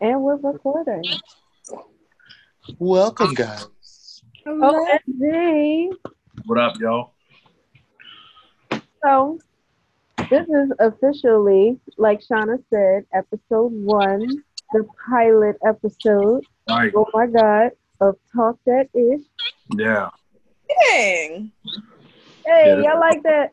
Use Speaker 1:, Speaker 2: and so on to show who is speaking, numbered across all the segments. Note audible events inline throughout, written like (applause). Speaker 1: And we're recording.
Speaker 2: Welcome, guys.
Speaker 1: OMG.
Speaker 3: What up, y'all?
Speaker 1: So, this is officially, like Shauna said, episode one, the pilot episode.
Speaker 3: All right.
Speaker 1: Oh my God, of Talk That Ish.
Speaker 3: Yeah.
Speaker 4: Dang.
Speaker 1: Hey,
Speaker 3: Yeah.
Speaker 1: y'all like that?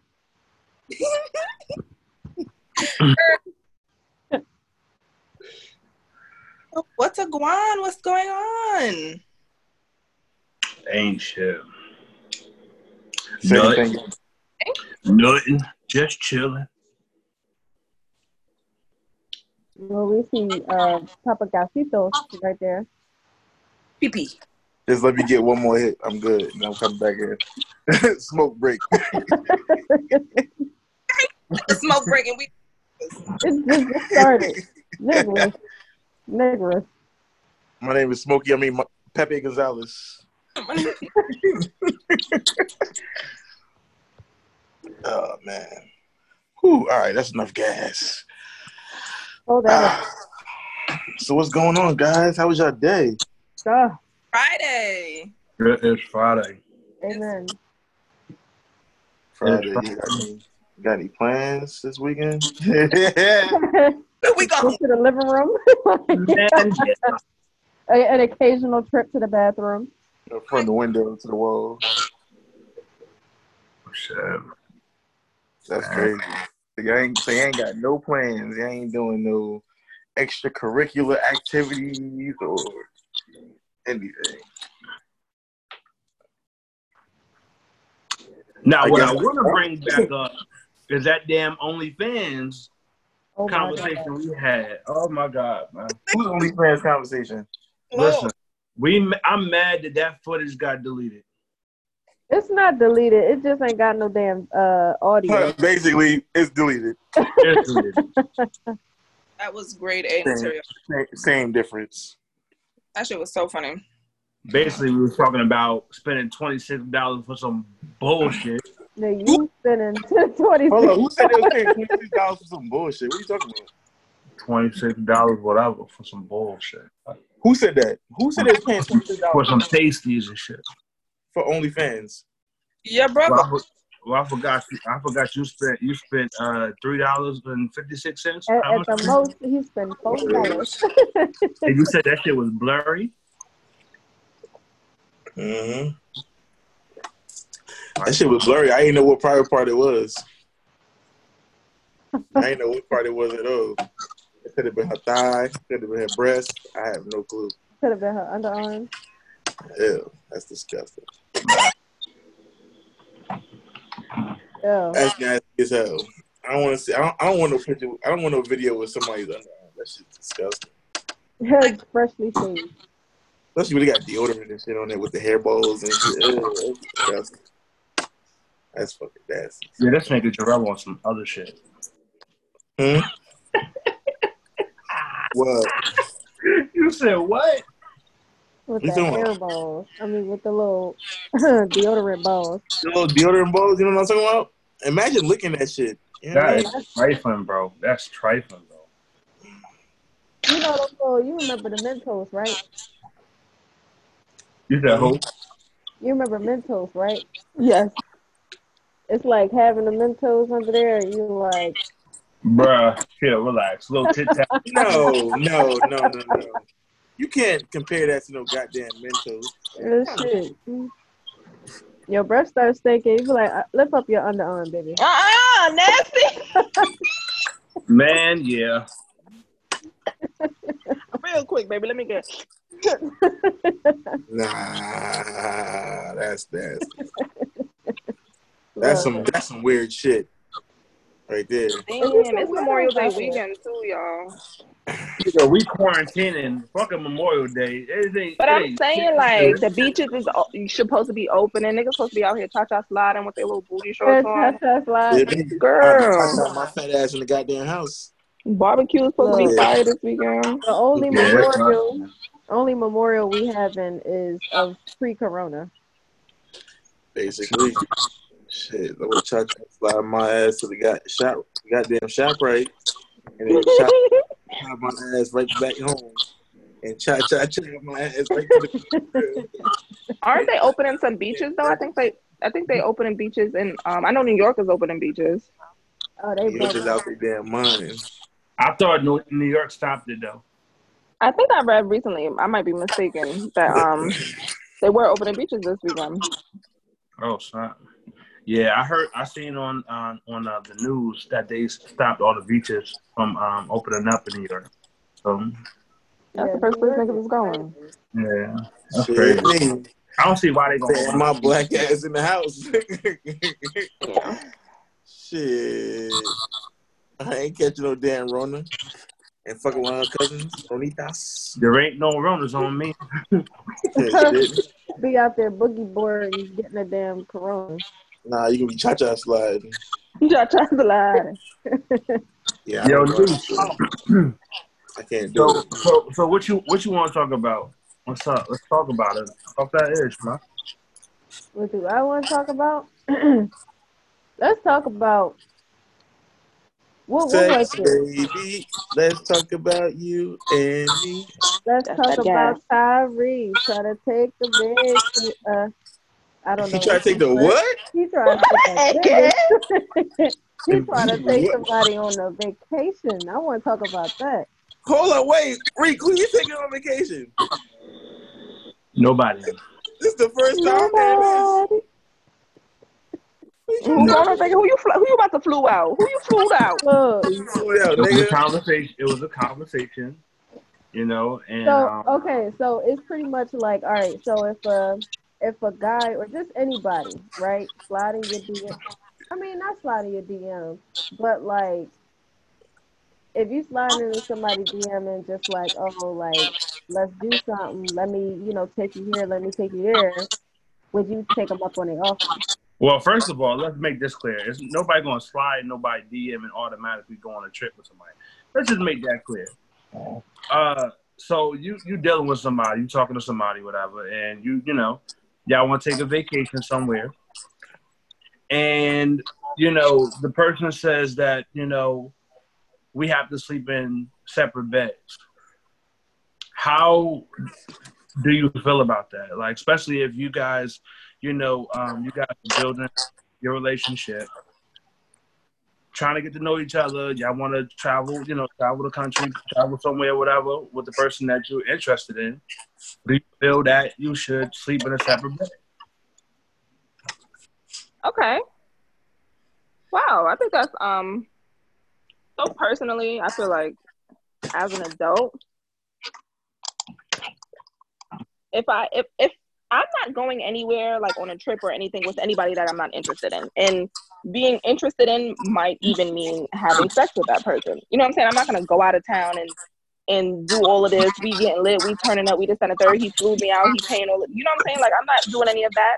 Speaker 4: What's a guan? What's going on?
Speaker 3: Ain't shit.
Speaker 2: Same
Speaker 3: Nut.
Speaker 2: thing.
Speaker 3: Nothing. Just chilling.
Speaker 1: Well, we see uh, Papa Gacito right there. (laughs)
Speaker 4: Pee pee.
Speaker 2: Just let me get one more hit. I'm good. And I'm coming back in. (laughs) Smoke break.
Speaker 4: The smoke break and we
Speaker 1: It just just started. Nicholas. Nicholas.
Speaker 2: My name is Smokey. I mean, my, Pepe Gonzalez. Oh, man. Whew, all right, that's enough gas.
Speaker 1: Hold on.
Speaker 2: Ah. so, what's going on, guys? How was your day?
Speaker 1: Duh.
Speaker 4: Friday.
Speaker 3: It is Friday.
Speaker 1: Amen.
Speaker 2: Friday. You got any, got any plans this weekend? (laughs) yeah.
Speaker 4: Where we
Speaker 1: Go
Speaker 4: go?
Speaker 1: to the living room. (laughs)
Speaker 3: (laughs)
Speaker 1: A- an occasional trip to the bathroom.
Speaker 2: From the window to the wall.
Speaker 3: Shit.
Speaker 2: That's crazy. So you ain't, so you ain't got no plans. You ain't doing no extracurricular activities or anything.
Speaker 3: Now,
Speaker 2: I
Speaker 3: what
Speaker 2: guess-
Speaker 3: I want to (laughs) bring back up is that damn OnlyFans
Speaker 1: Oh my
Speaker 3: conversation we had. Oh my god, man!
Speaker 2: Who's only plans conversation?
Speaker 4: Lord.
Speaker 3: We, I'm mad that that footage got deleted.
Speaker 1: It's not deleted. It just ain't got no damn uh audio.
Speaker 2: Basically, it's deleted.
Speaker 1: (laughs)
Speaker 3: It's deleted.
Speaker 4: That was grade A
Speaker 2: Same.
Speaker 4: material.
Speaker 2: Sa- Same difference.
Speaker 4: That shit was so funny.
Speaker 3: Basically, we were talking about spending twenty six dollars for some bullshit.
Speaker 1: Now you spending (laughs) twenty
Speaker 2: Hold on,
Speaker 1: six.
Speaker 2: who said they was paying twenty six dollars for some bullshit? What are you talking about?
Speaker 3: Twenty six dollars, whatever, for some bullshit.
Speaker 2: Who said that? Who said they was paying twenty six
Speaker 3: For
Speaker 2: dollars
Speaker 3: some tasties and shit.
Speaker 2: for OnlyFans?
Speaker 4: Yeah, brother.
Speaker 3: Well, I, for- well, I forgot. I forgot you spent you spent uh three dollars and fifty six cents.
Speaker 1: At, at the most, he spent four dollars. (laughs)
Speaker 3: (laughs) And you said that shit was blurry.
Speaker 2: Mm-hmm. That shit was blurry. I didn't know what private part it was. I didn't know what part it was at all. It could have been her thigh, could have been her breast. I have no clue.
Speaker 1: Could have been her underarm.
Speaker 2: Ew, that's disgusting.
Speaker 1: Yeah.
Speaker 2: That's nasty as hell. I don't want to see. I don't, I don't want no picture. I don't want no video with somebody's underarm. That shit's disgusting.
Speaker 1: Head freshly shaved.
Speaker 2: Especially when they got deodorant and shit on it with the hair balls and shit. Ew, that's disgusting. That's fucking nasty.
Speaker 3: Yeah, this nigga Jarrell on some other shit.
Speaker 2: Hmm? what?
Speaker 3: you said what?
Speaker 1: With
Speaker 2: You
Speaker 1: the
Speaker 2: doing?
Speaker 1: hair balls. I mean with the little (clears throat) deodorant balls.
Speaker 2: the little deodorant balls. You know what I'm talking about? Imagine licking that shit. You know what I mean?
Speaker 3: That's trifling, bro. That's trifling, bro.
Speaker 1: You know those little, you remember the Mentos, right?
Speaker 3: You said
Speaker 2: Mm-hmm.
Speaker 3: who?
Speaker 1: You remember Mentos, right? Yes. It's like having the Mentos under there and you like
Speaker 3: Bruh, yeah, relax. Little tit tap.
Speaker 2: No, no, no, no, no. You can't compare that to no goddamn Mentos.
Speaker 1: Real shit. Your breath starts stinking. You be like, uh, lift up your underarm, baby.
Speaker 4: Uh-uh, nasty.
Speaker 3: Man, yeah.
Speaker 4: Real quick, baby. Let me get.
Speaker 2: Nah, that's
Speaker 4: (laughs)
Speaker 2: that's that's some that's some weird shit right there.
Speaker 4: Damn,
Speaker 1: Look at the
Speaker 4: it's Memorial Day
Speaker 1: weather.
Speaker 4: weekend too, y'all.
Speaker 3: You know, we quarantining. Fucking Memorial Day. Everything.
Speaker 4: But I'm
Speaker 3: hey,
Speaker 4: saying,
Speaker 3: shit.
Speaker 4: like, the beaches is o- you supposed to be open, and niggas supposed to be out here cha cha sliding with their little booty shorts on.
Speaker 1: That's
Speaker 2: Yeah,
Speaker 1: live.
Speaker 2: me- I (laughs)
Speaker 4: Girl,
Speaker 2: got my fat ass in the goddamn house.
Speaker 4: barbecue is supposed to be
Speaker 2: Yeah.
Speaker 4: fire this weekend.
Speaker 1: The only
Speaker 3: Yeah, that's
Speaker 1: memorial, only memorial we having is of pre-corona.
Speaker 2: Basically, shit. I would try to slide my ass to the god, shop, goddamn shop right, and then shop, slide my ass right back home. and cha cha cha my ass right
Speaker 4: (laughs)
Speaker 2: to the
Speaker 4: Aren't they opening some beaches though? I think they I think they opening beaches in um I know New York is opening beaches.
Speaker 1: (laughs) Oh, they
Speaker 2: Which is
Speaker 1: broke.
Speaker 2: out their damn mind.
Speaker 3: I thought New, New York stopped it though.
Speaker 4: I think I read recently, I might be mistaken, that um they were opening beaches this weekend.
Speaker 3: Oh, snap. Yeah, I heard. I seen on on on uh, the news that they stopped all the beaches from um, opening up in New York. So
Speaker 4: That's
Speaker 1: Yeah,
Speaker 4: the first
Speaker 1: New
Speaker 4: place
Speaker 1: York
Speaker 4: niggas
Speaker 1: is
Speaker 4: was going.
Speaker 3: yeah, that's
Speaker 2: Shit,
Speaker 3: crazy.
Speaker 2: me.
Speaker 3: I don't see why they gonna.
Speaker 2: Saying my black ass in the house. (laughs)
Speaker 4: Yeah.
Speaker 2: Shit. I ain't catching no damn Rona. And fucking one of her cousins, Ronitas.
Speaker 3: There ain't no runners on me.
Speaker 2: Yeah, shit.
Speaker 1: Be out there boogie boarding, getting a damn corona.
Speaker 2: (laughs) Nah, you can be cha cha sliding.
Speaker 4: (laughs) Y'all trying to lie.
Speaker 2: Yeah, I,
Speaker 3: Yo,
Speaker 2: don't know.
Speaker 3: dude.
Speaker 2: I can't do
Speaker 3: So,
Speaker 2: it.
Speaker 3: so, so what you what you want to talk about? What's up? Let's talk about it. Talk that ish, man.
Speaker 1: What do I want to talk about? (clears throat) Let's talk about what, what was
Speaker 2: Sex,
Speaker 1: it?
Speaker 2: baby. Let's talk about you and me.
Speaker 1: Let's
Speaker 4: That's
Speaker 1: talk
Speaker 4: that
Speaker 1: about Tyree trying to take the big. Uh, I don't know.
Speaker 2: He tried to take the what?
Speaker 1: He tried to take the big. (laughs) He tried to take somebody on a vacation. I want to talk about that.
Speaker 2: Hold on, wait. Reek, who you taking on vacation?
Speaker 3: Nobody.
Speaker 2: This is the first time that
Speaker 1: Nobody.
Speaker 2: this.
Speaker 4: Who, I was thinking, who you fl- who you about to flew out? Who you flew out?
Speaker 1: Look,
Speaker 2: You fool out,
Speaker 3: It was a
Speaker 2: nigga.
Speaker 3: conversation. It was a conversation. You know, and
Speaker 1: So
Speaker 3: um,
Speaker 1: okay, so it's pretty much like all right. So if a if a guy or just anybody, right, sliding your DM. I mean, not sliding your DM, but like if you slide into somebody DM and just like, oh, like let's do something. Let me, you know, take you here. Let me take you there. Would you take them up on the offer?
Speaker 3: well, first of all, let's make this clear. It's nobody gonna slide nobody DM and automatically go on a trip with somebody. Let's just make that clear. Uh, so you you dealing with somebody, you talking to somebody, whatever, and you you know, y'all want to take a vacation somewhere, and you know the person says that you know we have to sleep in separate beds. How do you feel about that? Like, especially if you guys, you know, um, you guys are building your relationship, trying to get to know each other. Y'all want to travel, you know, travel the country, travel somewhere, whatever, with the person that you're interested in. Do you feel that you should sleep in a separate bed?
Speaker 4: Okay. Wow, I think that's um. So personally, I feel like as an adult, if I if if I'm not going anywhere like on a trip or anything with anybody that I'm not interested in, and being interested in might even mean having sex with that person. You know what I'm saying? I'm not gonna go out of town and and do all of this. We getting lit, we turning up, we just and a third. He flew me out, he paying all. Of, you know what I'm saying? Like I'm not doing any of that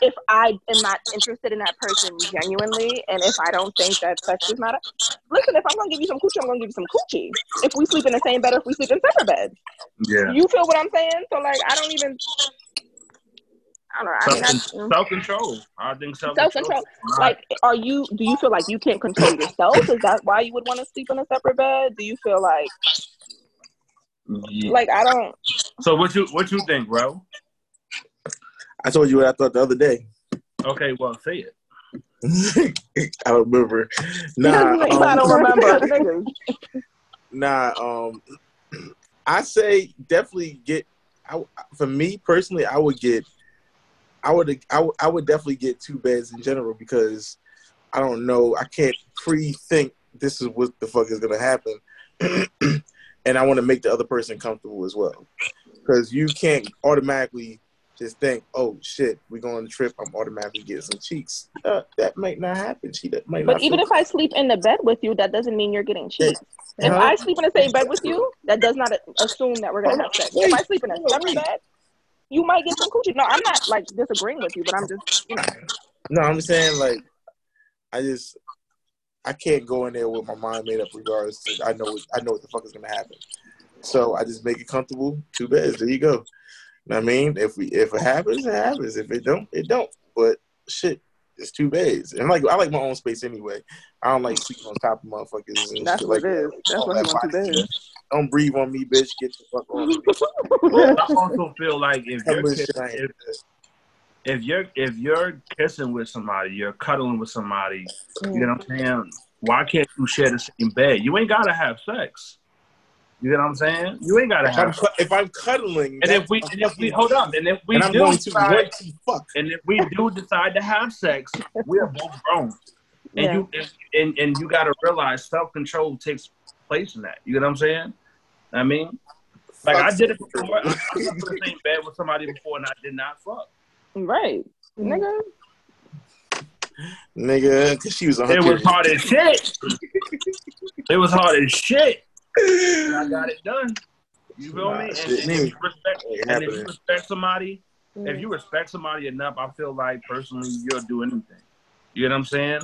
Speaker 4: if I am not interested in that person genuinely, and if I don't think that sex is not a listen, if I'm gonna give you some coochie, I'm gonna give you some coochie. If we sleep in the same bed, or if we sleep in separate beds,
Speaker 3: Yeah.
Speaker 4: you feel what I'm saying? So like, I don't even. I don't know. I
Speaker 3: Self
Speaker 4: mean,
Speaker 3: self control. I think self
Speaker 4: self control.
Speaker 3: control.
Speaker 4: Like, are you? Do you feel like you can't control yourself? Is that why you would want to sleep in a separate bed? Do you feel like, like I don't?
Speaker 3: So what you what you think, bro?
Speaker 2: I told you what I thought the other day.
Speaker 3: Okay, well, say
Speaker 4: (laughs)
Speaker 3: it.
Speaker 2: (laughs) I don't remember.
Speaker 4: (laughs)
Speaker 2: Nah,
Speaker 4: He said, I
Speaker 2: um, (laughs)
Speaker 4: don't remember.
Speaker 2: nah. Um, (clears throat) I say definitely get. I, for me personally, I would get. I would. I would, I would definitely get two beds in general because I don't know. I can't pre-think this is what the fuck is gonna happen, (clears throat) and I want to make the other person comfortable as well because you can't automatically just think, "Oh shit, we're going on a trip. I'm automatically getting some cheeks." Uh, that might not happen. She that might
Speaker 4: But
Speaker 2: not.
Speaker 4: even
Speaker 2: feel-
Speaker 4: if I sleep in the bed with you, that doesn't mean you're getting cheated. If
Speaker 2: Huh?
Speaker 4: I sleep in the same bed with you, that does not assume that we're gonna have sex. If I sleep in a separate bed, you might get some coochie. No, I'm not like disagreeing with you, but I'm just you know.
Speaker 2: No, I'm saying like I just I can't go in there with my mind made up regards to I know what I know what the fuck is gonna happen. So I just make it comfortable, two beds, there you go. Know what I mean, if we if it happens, it happens. If it don't, it don't. But shit, it's two beds. And like I like my own space anyway. I don't like sleeping on top of motherfuckers and
Speaker 4: That's
Speaker 2: shit
Speaker 4: what
Speaker 2: like
Speaker 4: it is. That's what he wants to do.
Speaker 2: Don't breathe on me, bitch. Get the fuck (laughs) off. me.
Speaker 3: Well, I also feel like if
Speaker 2: That
Speaker 3: you're
Speaker 2: was
Speaker 3: kissing,
Speaker 2: giant.
Speaker 3: if, if you're if you're kissing with somebody, you're cuddling with somebody. You know what I'm saying? Why can't you share the same bed? You ain't gotta have sex. You know what I'm saying? You ain't gotta
Speaker 2: If I'm,
Speaker 3: have.
Speaker 2: cu- if I'm cuddling,
Speaker 3: And if
Speaker 2: that's
Speaker 3: we
Speaker 2: fucking
Speaker 3: and if we
Speaker 2: weird.
Speaker 3: hold up, and if we
Speaker 2: and I'm
Speaker 3: do
Speaker 2: going to
Speaker 3: decide-
Speaker 2: want to fuck.
Speaker 3: and if we do decide to have sex, we are both grown. And
Speaker 1: Yeah.
Speaker 3: you and, and and you gotta realize self control takes place in that. You know what I'm saying? I mean, like I
Speaker 2: Fuck
Speaker 3: did it
Speaker 2: self
Speaker 3: before. I, I
Speaker 2: control.
Speaker 3: slept in the same bed with somebody before, and I did not fuck.
Speaker 4: (laughs) Right. Nigga.
Speaker 2: Nigga, because she was on her
Speaker 3: It was
Speaker 2: period.
Speaker 3: hard as shit. It was hard as shit. And
Speaker 2: (laughs)
Speaker 3: I got it done. You feel
Speaker 2: Nah,
Speaker 3: me? And,
Speaker 2: shit,
Speaker 3: and if you respect,
Speaker 2: Ain't
Speaker 3: and if you
Speaker 2: happening.
Speaker 3: respect somebody, if
Speaker 1: Mm.
Speaker 3: you respect somebody enough, I feel like personally you'll do anything. You know what I'm saying?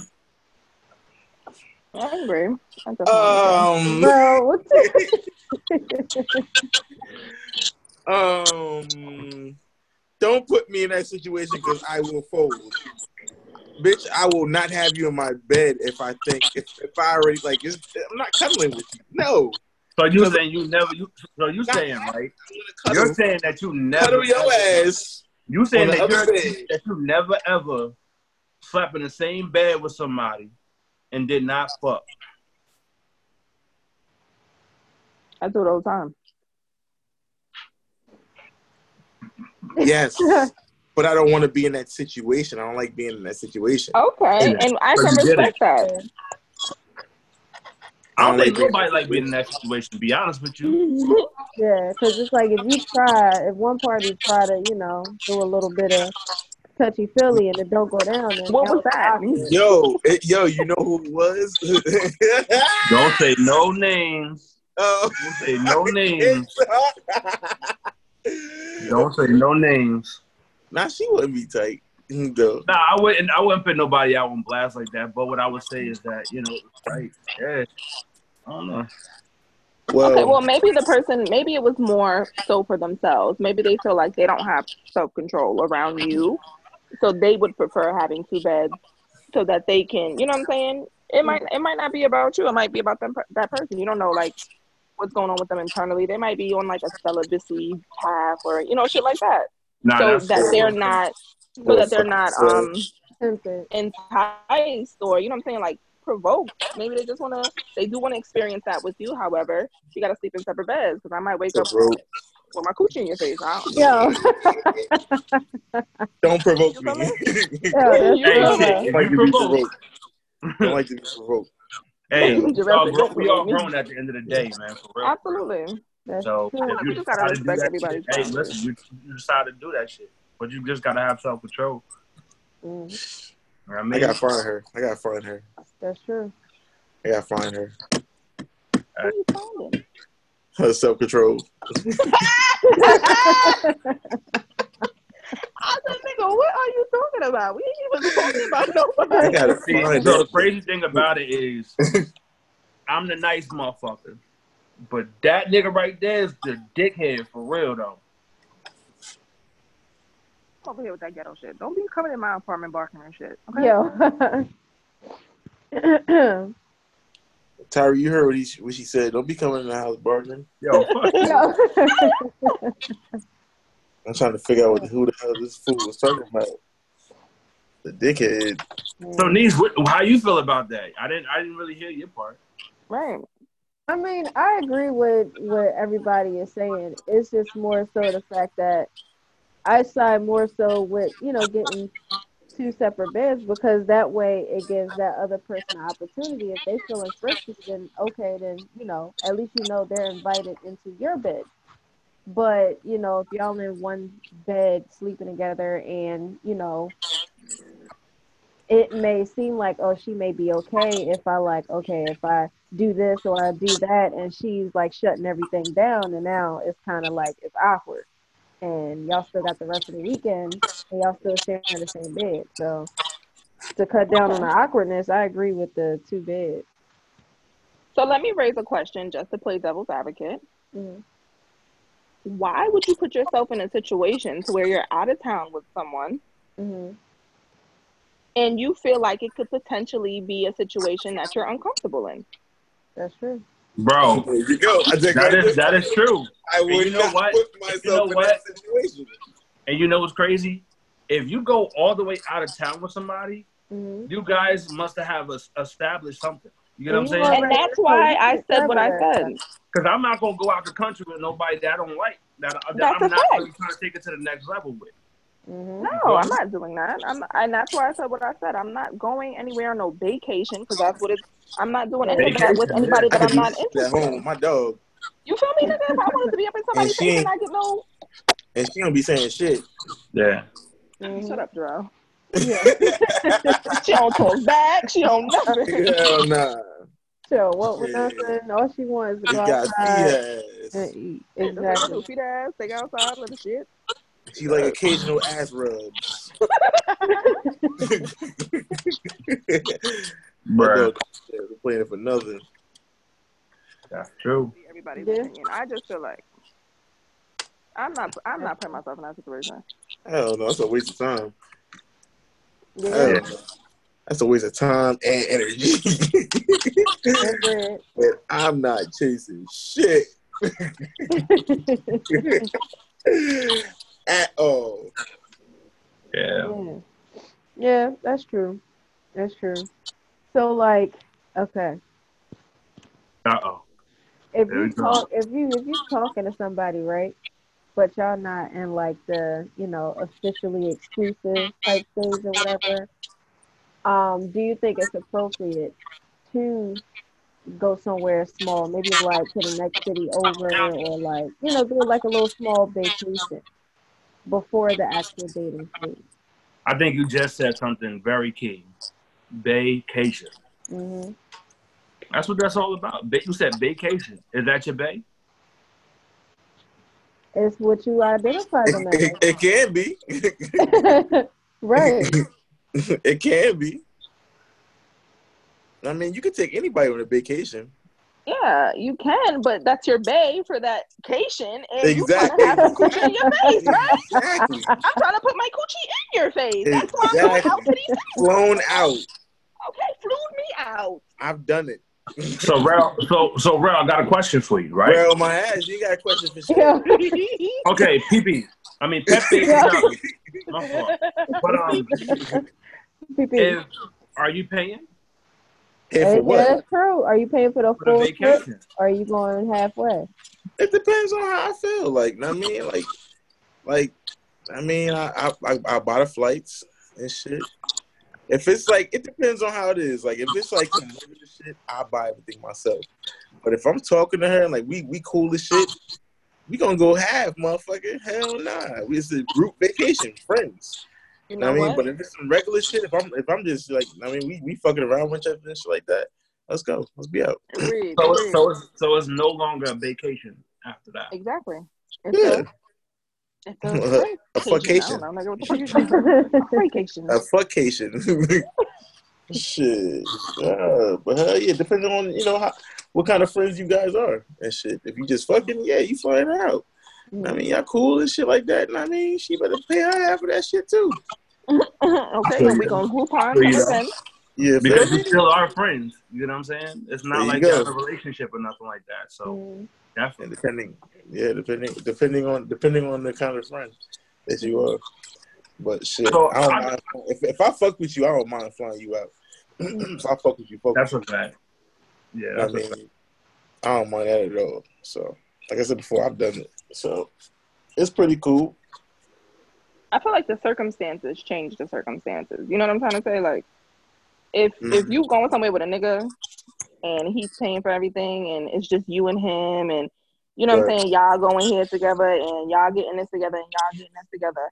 Speaker 4: I agree. I definitely
Speaker 3: Uh,
Speaker 2: Um,
Speaker 1: Well, (laughs) what's
Speaker 2: um, don't put me in that situation because I will fold. Bitch, I will not have you in my bed if I think if, if I already like it's, I'm not cuddling with you. No,
Speaker 3: So you
Speaker 2: Because-
Speaker 3: saying you never you so you saying right?
Speaker 2: I'm
Speaker 3: You're
Speaker 2: gonna cuddle,
Speaker 3: saying that you never
Speaker 2: cuddle your
Speaker 3: ever-
Speaker 2: ass.
Speaker 3: You saying
Speaker 2: on the
Speaker 3: that
Speaker 2: other
Speaker 3: you're
Speaker 2: side.
Speaker 3: that you never ever slept in the same bed with somebody and did not fuck.
Speaker 4: I do it all the time.
Speaker 2: (laughs) Yes, but I don't want to be in that situation. I don't like being in that situation.
Speaker 4: Okay.
Speaker 3: Yeah.
Speaker 4: And I
Speaker 3: So
Speaker 4: can
Speaker 3: you did
Speaker 4: respect that.
Speaker 3: I don't think
Speaker 2: being-
Speaker 3: nobody like being in that situation. To be honest with you,
Speaker 1: Yeah, because it's like if you try, if one party try to, you know, do a little bit of touchy feely and it don't go down, then
Speaker 4: What was that?
Speaker 1: awkward.
Speaker 2: Yo, it, yo, you know who it was? (laughs)
Speaker 3: (laughs) don't say no names.
Speaker 2: Oh.
Speaker 3: Don't say
Speaker 2: (laughs)
Speaker 3: no names. Don't say no names.
Speaker 2: Nah, she wouldn't be tight. Though.
Speaker 3: Nah, I wouldn't. I wouldn't put nobody out on blast like that. But what I would say is that you know, like, yeah, I don't know.
Speaker 2: Well,
Speaker 4: Okay, well, maybe the person, maybe it was more so for themselves. Maybe they feel like they don't have self control around you. So they would prefer having two beds so that they can, you know what I'm saying? It might it might not be about you. It might be about them per- that person. You don't know like what's going on with them internally. They might be on like a celibacy path or you know shit like that.
Speaker 3: Nah,
Speaker 4: so
Speaker 3: that's
Speaker 4: that
Speaker 3: cool.
Speaker 4: they're not so that they're not
Speaker 2: So-
Speaker 4: um
Speaker 1: Tempted.
Speaker 4: enticed or you know what I'm saying, like provoked. Maybe they just wanna they do wanna experience that with you. However, you gotta sleep in separate beds because I might wake up
Speaker 2: bro,
Speaker 4: with my coochie in your face. I don't,
Speaker 1: (laughs) Yo,
Speaker 2: don't provoke me.
Speaker 4: (laughs)
Speaker 1: yo,
Speaker 3: Hey,
Speaker 1: that's real.
Speaker 2: (laughs) don't
Speaker 3: shit,
Speaker 2: like to
Speaker 3: if you
Speaker 2: be
Speaker 3: provoke,
Speaker 2: provoked. Don't like to be provoked.
Speaker 3: hey, we
Speaker 4: (laughs) Jurassic
Speaker 3: all, grown, we all
Speaker 4: Park.
Speaker 3: grown at the end of the day, man. For real.
Speaker 4: absolutely.
Speaker 1: That's
Speaker 3: So
Speaker 1: true.
Speaker 3: if you
Speaker 4: You just
Speaker 3: decide to
Speaker 4: gotta
Speaker 3: do
Speaker 4: respect
Speaker 3: that
Speaker 4: everybody's
Speaker 3: shit, hey,
Speaker 4: boundaries.
Speaker 3: listen, you, you decide to do that shit, but you just gotta have self control.
Speaker 1: Mm,
Speaker 3: You know what I
Speaker 2: I
Speaker 3: mean,
Speaker 2: gotta find her. I gotta find her.
Speaker 1: That's true.
Speaker 2: I gotta find her.
Speaker 4: Who you finding?
Speaker 2: Her self control.
Speaker 4: (laughs) I said, nigga, what are you talking about? We ain't even talking about nobody.
Speaker 2: I gotta
Speaker 3: See,
Speaker 2: find
Speaker 3: so
Speaker 2: her.
Speaker 3: the crazy thing about it is, I'm the nice motherfucker, but that nigga right there is the dickhead for real though.
Speaker 4: I'm (laughs) over here with that ghetto shit. Don't be coming in my apartment barking and shit. Okay.
Speaker 1: Yo.
Speaker 2: Tyra, you heard what, he, what she said. Don't be coming in the house bargaining.
Speaker 3: Yo, fuck you.
Speaker 1: (laughs)
Speaker 4: (laughs)
Speaker 1: Yo.
Speaker 2: I'm trying to figure out what, who the hell this fool was talking about. The dickhead.
Speaker 3: (laughs) So, Niece, what, how you feel about that? I didn't, I didn't really hear your part.
Speaker 4: Right.
Speaker 1: I mean, I agree with what everybody is saying. It's just more so the fact that I side more so with, you know, getting two separate beds because that way it gives that other person an opportunity. If they feeling frisky, then okay, then, you know, at least you know they're invited into your bed. But, you know, if y'all in one bed sleeping together and, you know, it may seem like, oh, she may be okay if I like, okay, if I do this or I do that, and she's like shutting everything down, and now it's kind of like it's awkward, and y'all still got the rest of the weekend, and y'all still sharing the same bed. So to cut down on the awkwardness, I agree with the two beds.
Speaker 4: So let me raise a question just to play devil's advocate. Why would you put yourself in a situation to where you're out of town with someone
Speaker 1: Mm-hmm.
Speaker 4: and you feel like it could potentially be a situation that you're uncomfortable in?
Speaker 1: That's true.
Speaker 2: (laughs)
Speaker 3: bro.
Speaker 2: There you go. I just,
Speaker 3: Oh. That is that is true.
Speaker 2: I would
Speaker 3: you know
Speaker 2: not
Speaker 3: what?
Speaker 2: put
Speaker 3: you
Speaker 2: myself
Speaker 3: know
Speaker 2: in
Speaker 3: what?
Speaker 2: that situation.
Speaker 3: And you know what's crazy? If you go all the way out of town with somebody,
Speaker 4: Mm-hmm.
Speaker 1: Mhm.
Speaker 3: you guys must have es- established something. You know what I'm
Speaker 1: You
Speaker 3: saying?
Speaker 1: are-
Speaker 4: And that's why I said what I said.
Speaker 3: Because I'm not gonna go out the country with nobody that I don't like. That, that
Speaker 4: That's
Speaker 3: I'm
Speaker 4: a
Speaker 3: not
Speaker 4: fact.
Speaker 3: really trying to take it to the next level with.
Speaker 1: Mhm.
Speaker 4: No, I'm not doing that. I'm, and that's why I said what I said. I'm not going anywhere on no vacation because that's what it's. I'm not doing any of that with
Speaker 3: Vacation,
Speaker 4: anybody
Speaker 2: I
Speaker 4: that
Speaker 2: could do
Speaker 4: I'm not
Speaker 2: this at
Speaker 4: interested.
Speaker 2: home, my dog,
Speaker 4: You feel me? Nigga? If I wanted to be up in somebody's
Speaker 2: she
Speaker 4: face
Speaker 2: ain't-
Speaker 4: and I get no.
Speaker 2: and she don't be saying shit.
Speaker 3: Yeah.
Speaker 1: Mhm.
Speaker 4: Shut up, Jarrell. (laughs)
Speaker 2: (laughs) Hell
Speaker 4: She don't talk back. She don't nothing.
Speaker 2: nah.
Speaker 1: So what was
Speaker 2: Yeah.
Speaker 1: nothing? All she wants is to
Speaker 2: You
Speaker 1: go
Speaker 2: gotta
Speaker 1: outside
Speaker 2: see her ass.
Speaker 1: and eat.
Speaker 4: Exactly. (laughs)
Speaker 1: Exactly.
Speaker 4: Feet ass, take outside, little shit.
Speaker 2: She like occasional ass rubs. (laughs)
Speaker 3: Bro.
Speaker 2: Playing for nothing.
Speaker 3: That's true.
Speaker 4: Everybody's
Speaker 1: Yeah.
Speaker 4: opinion. I just feel like I'm not. I'm not putting myself in that situation.
Speaker 2: Hell no, that's a waste of time. Hell
Speaker 1: Yeah.
Speaker 3: Yeah.
Speaker 2: no. That's a waste of time and energy. (laughs)
Speaker 1: That's it.
Speaker 2: and I'm not chasing shit (laughs)
Speaker 1: (laughs)
Speaker 2: at all.
Speaker 3: Yeah.
Speaker 1: Yeah. Yeah, that's true. That's true. So like, okay.
Speaker 3: Uh oh.
Speaker 1: If
Speaker 3: There
Speaker 1: you
Speaker 3: we go.
Speaker 1: talk if you if you talking to somebody, right? But y'all not in like the, you know, officially exclusive type things or whatever. Um, do you think it's appropriate to go somewhere small, maybe like to the next city over or like, you know, do like a little small vacation before the actual dating stage?
Speaker 3: I think you just said something very key. Vacation.
Speaker 1: Mm-hmm.
Speaker 3: That's what that's all about. Ba- You said vacation. Is that your bay?
Speaker 1: It's what you identify them
Speaker 2: It, (laughs) it- it can be. (laughs)
Speaker 1: as. (laughs) right.
Speaker 2: it can be. I mean, you can take anybody on a vacation.
Speaker 4: Yeah, you can, but that's your bay for that cation, and you trying
Speaker 2: Exactly.
Speaker 4: to have some coochie in your face, right?
Speaker 2: Exactly.
Speaker 4: I'm trying to put my coochie in your face. That's why I'm going
Speaker 2: Exactly.
Speaker 4: out for these days.
Speaker 2: Flown out.
Speaker 4: Okay, flew me out. (laughs)
Speaker 2: I've done it.
Speaker 3: So, Rel, so, so, Rel, I got a question for you, right?
Speaker 2: Well, my ass, you got a question for shit.
Speaker 1: Yeah.
Speaker 3: okay, PP. I mean,
Speaker 2: (laughs)
Speaker 3: Pepe.
Speaker 1: Yeah.
Speaker 3: no, my fault. But um,
Speaker 1: PP.
Speaker 3: if, are you paying
Speaker 2: And for
Speaker 1: Hey,
Speaker 2: what?
Speaker 1: That's true. Are you paying for the
Speaker 3: for the
Speaker 1: full trip?
Speaker 3: vacation?
Speaker 1: Or are you going
Speaker 2: (laughs)
Speaker 1: halfway?
Speaker 2: It depends on how I feel. Like, know what I mean, like, like, I mean, I, I, I, I buy the flights and shit. If it's like, it depends on how it is. Like, if it's like some regular shit, I buy everything myself. But if I'm talking to her and like we we cool as shit, we gonna go half, motherfucker. Hell nah. It's a group vacation, friends.
Speaker 4: You
Speaker 2: Know
Speaker 4: know
Speaker 2: what I mean,
Speaker 4: what?
Speaker 2: but if it's some regular shit, if I'm if I'm just like, I mean, we we fucking around with each other and shit like that. Let's go. Let's be out.
Speaker 4: Agreed.
Speaker 3: So,
Speaker 4: agreed.
Speaker 3: it's- so, it's, so it's no longer a vacation after that.
Speaker 4: exactly. It's
Speaker 2: Yeah,
Speaker 4: a, it's
Speaker 2: (laughs)
Speaker 4: a,
Speaker 2: a
Speaker 4: vacation.
Speaker 2: fuckation,
Speaker 4: I don't know, nigga, what the fuck you
Speaker 2: (laughs)
Speaker 4: doing? Vacation.
Speaker 2: a fuckcation. (laughs) shit. Yeah, but hell yeah, depending on you know how what kind of friends you guys are and shit. If you just fucking yeah, you flying out.
Speaker 1: (laughs)
Speaker 2: I mean, y'all cool and shit like that. And I mean, she better pay her half of that shit too.
Speaker 4: (laughs) okay, so we gonna Groupon
Speaker 3: There you
Speaker 4: for
Speaker 3: go.
Speaker 4: them.
Speaker 2: Yeah,
Speaker 3: Because we
Speaker 2: feel me?
Speaker 3: still are friends. You know what I'm saying? It's
Speaker 2: There
Speaker 3: not
Speaker 2: you
Speaker 3: like
Speaker 2: go.
Speaker 3: you're in a relationship or nothing like that. So
Speaker 1: Mm.
Speaker 2: And
Speaker 3: definitely.
Speaker 2: depending, yeah, depending, depending on depending on the kind of friend that you are. But shit,
Speaker 3: So,
Speaker 2: I don't
Speaker 3: I-
Speaker 2: mind. If, if I fuck with you, I don't mind flying you out. (clears throat) so I fuck with you, fuck
Speaker 3: That's
Speaker 2: with
Speaker 3: a fact. Yeah,
Speaker 2: you. I
Speaker 3: that's a
Speaker 2: mean,
Speaker 3: fact.
Speaker 2: I don't mind that at all. So, like I said before, I've done it. So, it's pretty cool.
Speaker 4: I feel like the circumstances change the circumstances. You know what I'm trying to say? Like, if if you going somewhere with a nigga and he's paying for everything and it's just you and him and you know what I'm
Speaker 2: Right.
Speaker 4: saying, y'all going here together and y'all getting this together and y'all getting this together.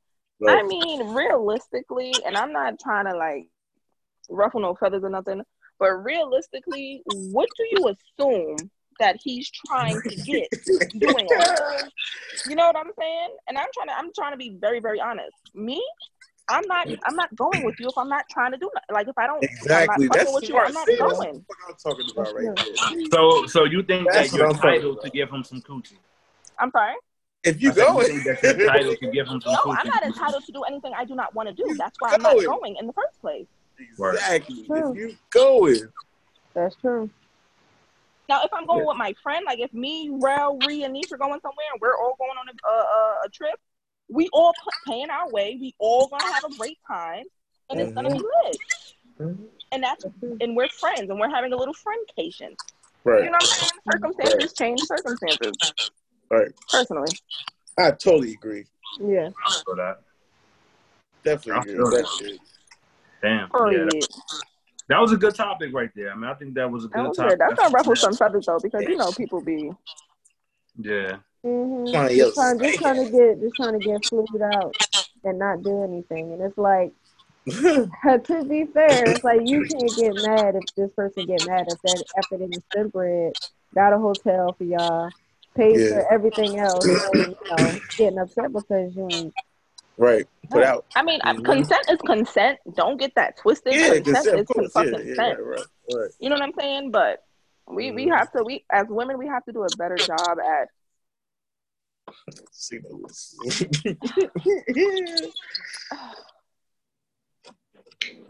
Speaker 2: (laughs)
Speaker 4: I
Speaker 2: Like,
Speaker 4: mean, realistically, and I'm not trying to like ruffle no feathers or nothing, but realistically, what do you assume that he's trying to get
Speaker 2: (laughs)
Speaker 4: doing all that? You know what I'm saying? And I'm trying to I'm trying to be very, very honest. Me, I'm not I'm not going with you if I'm not trying to do nothing. Like if I don't if I'm not
Speaker 2: exactly.
Speaker 4: fucking
Speaker 2: That's
Speaker 4: with you,
Speaker 2: smart.
Speaker 4: I'm not
Speaker 2: See, that's what
Speaker 4: going.
Speaker 2: I'm talking about right there.
Speaker 3: So, so you think
Speaker 2: That's
Speaker 3: that you're
Speaker 2: what I'm talking
Speaker 3: entitled to
Speaker 2: about.
Speaker 3: give him some coochie?
Speaker 4: I'm sorry.
Speaker 2: If you
Speaker 3: I said,
Speaker 2: go,
Speaker 3: you think that you're entitled to give him some
Speaker 4: No,
Speaker 3: coochie?
Speaker 4: I'm not entitled to do anything I do not want to do. That's why I'm not
Speaker 2: Going.
Speaker 4: going in the first place.
Speaker 2: exactly. If you going,
Speaker 1: That's true.
Speaker 4: Now, if I'm going with my friend, like if me, Rel, Ree, and Nisha are going somewhere and we're all going on a, uh, a, a- a trip, we all p- paying our way. We all gonna have a great time, and it's gonna be lit.
Speaker 3: Mm-hmm.
Speaker 2: Mhm.
Speaker 4: And that's and we're friends, and we're having a little friendcation. You
Speaker 2: Right.
Speaker 4: know what I'm saying? Circumstances change circumstances.
Speaker 2: Right.
Speaker 4: Personally,
Speaker 2: I totally agree.
Speaker 1: Yeah.
Speaker 3: I feel that.
Speaker 2: Definitely agree. Definitely.
Speaker 3: Damn. Yeah,
Speaker 4: period.
Speaker 3: that, that was a good topic right there. I mean, I think that was a good
Speaker 4: That was
Speaker 3: topic.
Speaker 4: good. Oh, That's gonna ruffle some feathers though, because you know people be.
Speaker 3: Yeah.
Speaker 1: Mm-hmm.
Speaker 2: Somebody
Speaker 1: Just
Speaker 2: else.
Speaker 1: trying, just trying to get, just trying to get flued out and not do anything. And it's like, (laughs) to be fair, it's like you can't get mad if this person get mad if that after they just spent bread, got a hotel for y'all, paid
Speaker 2: Yeah.
Speaker 1: for everything else, and, you know, getting upset because you ain't
Speaker 2: right. Put out.
Speaker 4: I mean, I-
Speaker 2: Mhm.
Speaker 4: consent is consent. Don't get that twisted.
Speaker 2: Yeah,
Speaker 4: consent,
Speaker 2: consent. Of
Speaker 4: is
Speaker 2: course. Yeah.
Speaker 4: fucking
Speaker 2: Yeah.
Speaker 4: consent.
Speaker 2: Right. Right. Right.
Speaker 4: You know what I'm saying? But we we
Speaker 2: Mhm.
Speaker 4: have to we as women we have to do a better job at
Speaker 2: See those.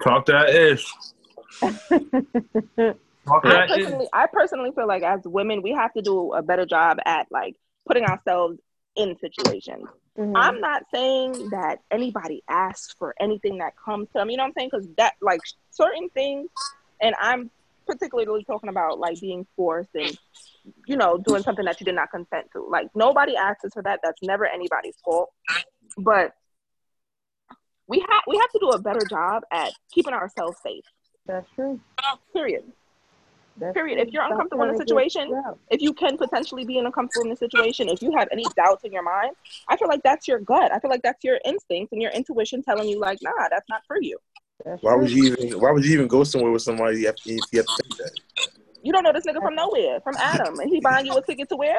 Speaker 3: Talk that ish. Talk
Speaker 4: (laughs) I
Speaker 3: that ish.
Speaker 4: personally I personally feel like as women we have to do a better job at like putting ourselves in situations.
Speaker 1: Mhm.
Speaker 4: I'm not saying that anybody asks for anything that comes to them. You know what I'm saying? Because that like certain things, and I'm particularly talking about like being forced and you know doing something that you did not consent to. Like nobody asks us for that. That's never anybody's fault. But we have we have to do a better job at keeping ourselves safe.
Speaker 1: That's true.
Speaker 4: Period.
Speaker 1: That's
Speaker 4: Period.
Speaker 1: true.
Speaker 4: If you're
Speaker 1: Stop
Speaker 4: uncomfortable in a
Speaker 1: trying to get
Speaker 4: situation,
Speaker 1: flued out.
Speaker 4: if you can potentially be in a comfortable in a situation, if you have any doubts in your mind, I feel like that's your gut. I feel like that's your instinct and your intuition telling you like, nah, that's not for you.
Speaker 1: That's
Speaker 2: (laughs) Why
Speaker 1: true.
Speaker 2: would you even? Why would you even go somewhere with somebody if if you have to take that?
Speaker 4: You don't know this nigga from nowhere, from Adam, and he buying you a ticket to where?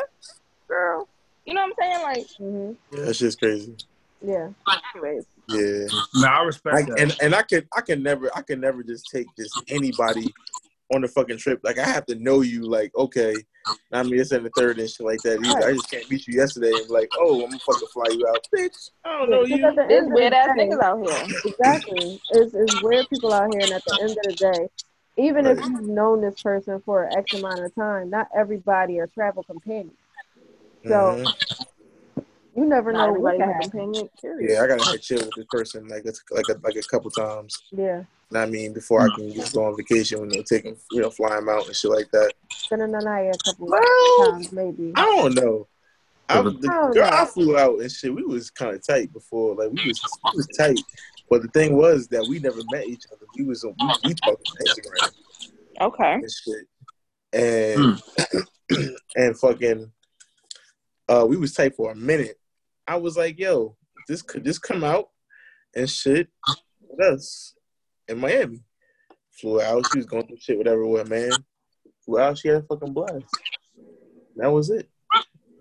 Speaker 4: Girl. You know what I'm saying? Like,
Speaker 1: Mhm.
Speaker 2: Yeah, That shit's crazy.
Speaker 1: Yeah.
Speaker 4: anyways.
Speaker 2: Yeah.
Speaker 3: No, I respect
Speaker 2: I,
Speaker 3: that.
Speaker 2: and and I can I can never I can never just take just anybody on the fucking trip. Like I have to know you. Like okay, I mean it's in the third and shit like that. Either. I just can't meet you yesterday and be like oh I'm gonna fucking fly you out, bitch. I don't know
Speaker 1: Because
Speaker 2: you.
Speaker 1: at the
Speaker 4: There's
Speaker 1: end of the
Speaker 4: weird ass
Speaker 1: day-
Speaker 4: niggas out here.
Speaker 1: Exactly. It's, it's weird people out here, and at the end of the day, even if
Speaker 2: Right.
Speaker 1: you've known this person for X amount of time, not everybody are travel companions. So
Speaker 2: Mhm.
Speaker 1: you never
Speaker 4: Not
Speaker 1: know what
Speaker 4: everybody's
Speaker 1: can
Speaker 4: a
Speaker 1: happen.
Speaker 4: companion. Period.
Speaker 2: yeah, I gotta have chill with this person like it's like a, like a couple times.
Speaker 1: Yeah.
Speaker 2: And I mean before I can just go on vacation when they're taking you know fly 'em out and shit like that.
Speaker 1: Been in an eye a couple
Speaker 2: Well,
Speaker 1: times, maybe.
Speaker 2: I don't know. I,
Speaker 3: Oh,
Speaker 2: the,
Speaker 1: no.
Speaker 2: girl, I flew out and shit. We was kind of tight before, like we was, we was tight. But the thing was that we never met each other. We was on, we, we talked on Instagram
Speaker 4: Okay.
Speaker 2: and shit, and (clears throat) and fucking, uh, we was tight for a minute. I was like, yo, this could this come out and shit with us in Miami. Flew out. She was going through shit, whatever. With her man, flew out. She had a fucking blast. That was it.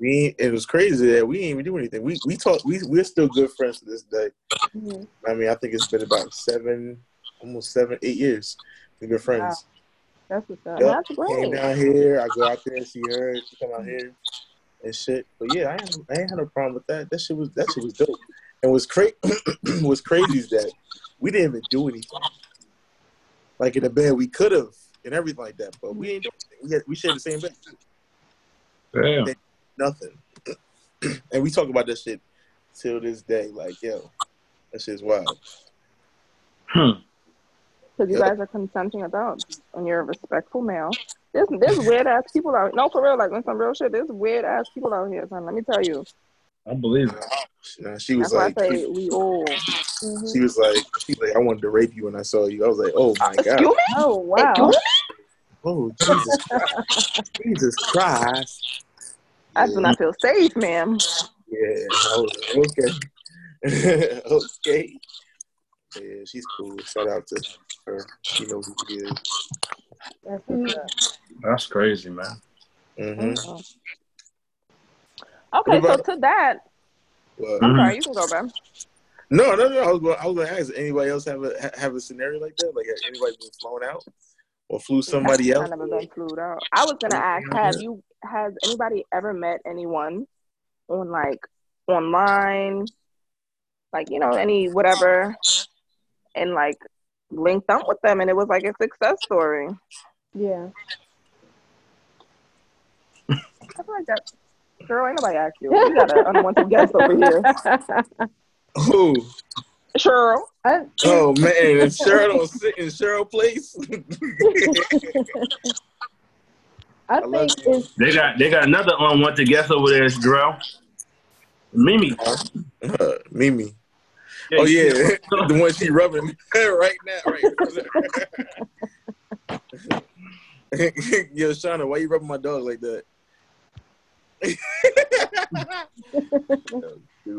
Speaker 2: We ain't- it was crazy that we didn't even do anything. We we talk we we're still good friends to this day.
Speaker 1: Mhm.
Speaker 2: I mean, I think it's been about seven, almost seven, eight years. We've been friends.
Speaker 1: That's what's up.
Speaker 2: Yup.
Speaker 4: That's
Speaker 2: Came
Speaker 4: great.
Speaker 2: down here, I go out there and see her, she come out here and shit. But yeah, I ain't, I ain't had no problem with that. That shit was that shit was dope. And what's crazy (clears throat) what's crazy is that we didn't even do anything. Like in the bed, we could have and everything like that, but we didn't do anything. We had, we shared the same bed, too.
Speaker 3: Damn.
Speaker 2: nothing. (clears throat) and we talk about that shit till this day. Like yo, that shit's wild.
Speaker 3: Hmm.
Speaker 4: Because you
Speaker 2: Yeah.
Speaker 4: guys are consenting adults and you're a respectful male. There's, there's weird ass people out No, for real, like on some real shit, there's weird ass people out here, son. Let me tell you.
Speaker 3: I believe it.
Speaker 2: Uh, She was
Speaker 4: That's why I
Speaker 2: like,
Speaker 4: say we all.
Speaker 1: Mhm.
Speaker 2: she was like, she was like, I wanted to rape you when I saw you. I was like, oh
Speaker 4: (laughs)
Speaker 2: my
Speaker 4: Excuse
Speaker 2: god,
Speaker 4: me?
Speaker 1: Oh wow.
Speaker 4: Excuse
Speaker 2: oh Jesus,
Speaker 4: (laughs)
Speaker 2: Christ. Jesus Christ.
Speaker 4: I do
Speaker 2: Mm-hmm.
Speaker 4: not feel safe, ma'am.
Speaker 2: Yeah, I was like, okay, (laughs) okay. Yeah, she's cool. Shout out to her. She knows who she is.
Speaker 1: That's what's up.
Speaker 3: That's crazy, man.
Speaker 2: Mm-hmm.
Speaker 4: Okay, so
Speaker 2: about- Mm-hmm.
Speaker 4: to that,
Speaker 2: But,
Speaker 4: I'm
Speaker 3: Mhm.
Speaker 4: sorry, you can go, back.
Speaker 2: no, no, no. I was going. I was going to ask. Anybody else have a ha- have a scenario like that? Like, has anybody been flown out or flew somebody
Speaker 4: I
Speaker 2: else? Mm-hmm.
Speaker 4: never
Speaker 2: (laughs)
Speaker 4: been flued out. I was gonna ask, have you has anybody ever met anyone on like online, like you know any whatever, and like linked up with them, and it was like a success story.
Speaker 1: Yeah.
Speaker 4: I feel like that. Girl, ain't nobody (laughs) asked you. We got an unwanted guest over
Speaker 1: (laughs)
Speaker 4: here.
Speaker 2: Who?
Speaker 4: Cheryl.
Speaker 1: I,
Speaker 2: Oh man, if Cheryl don't sit in Cheryl place. (laughs)
Speaker 1: I
Speaker 2: love
Speaker 1: think
Speaker 2: you.
Speaker 1: it's
Speaker 3: They got they got another unwanted guest over there, Jarrell. Mimi.
Speaker 2: Uh, Mimi. Oh yeah. the one she rubbing (laughs) right now, right. (laughs) Yo, Shauna, why you rubbing my dog like (laughs) that?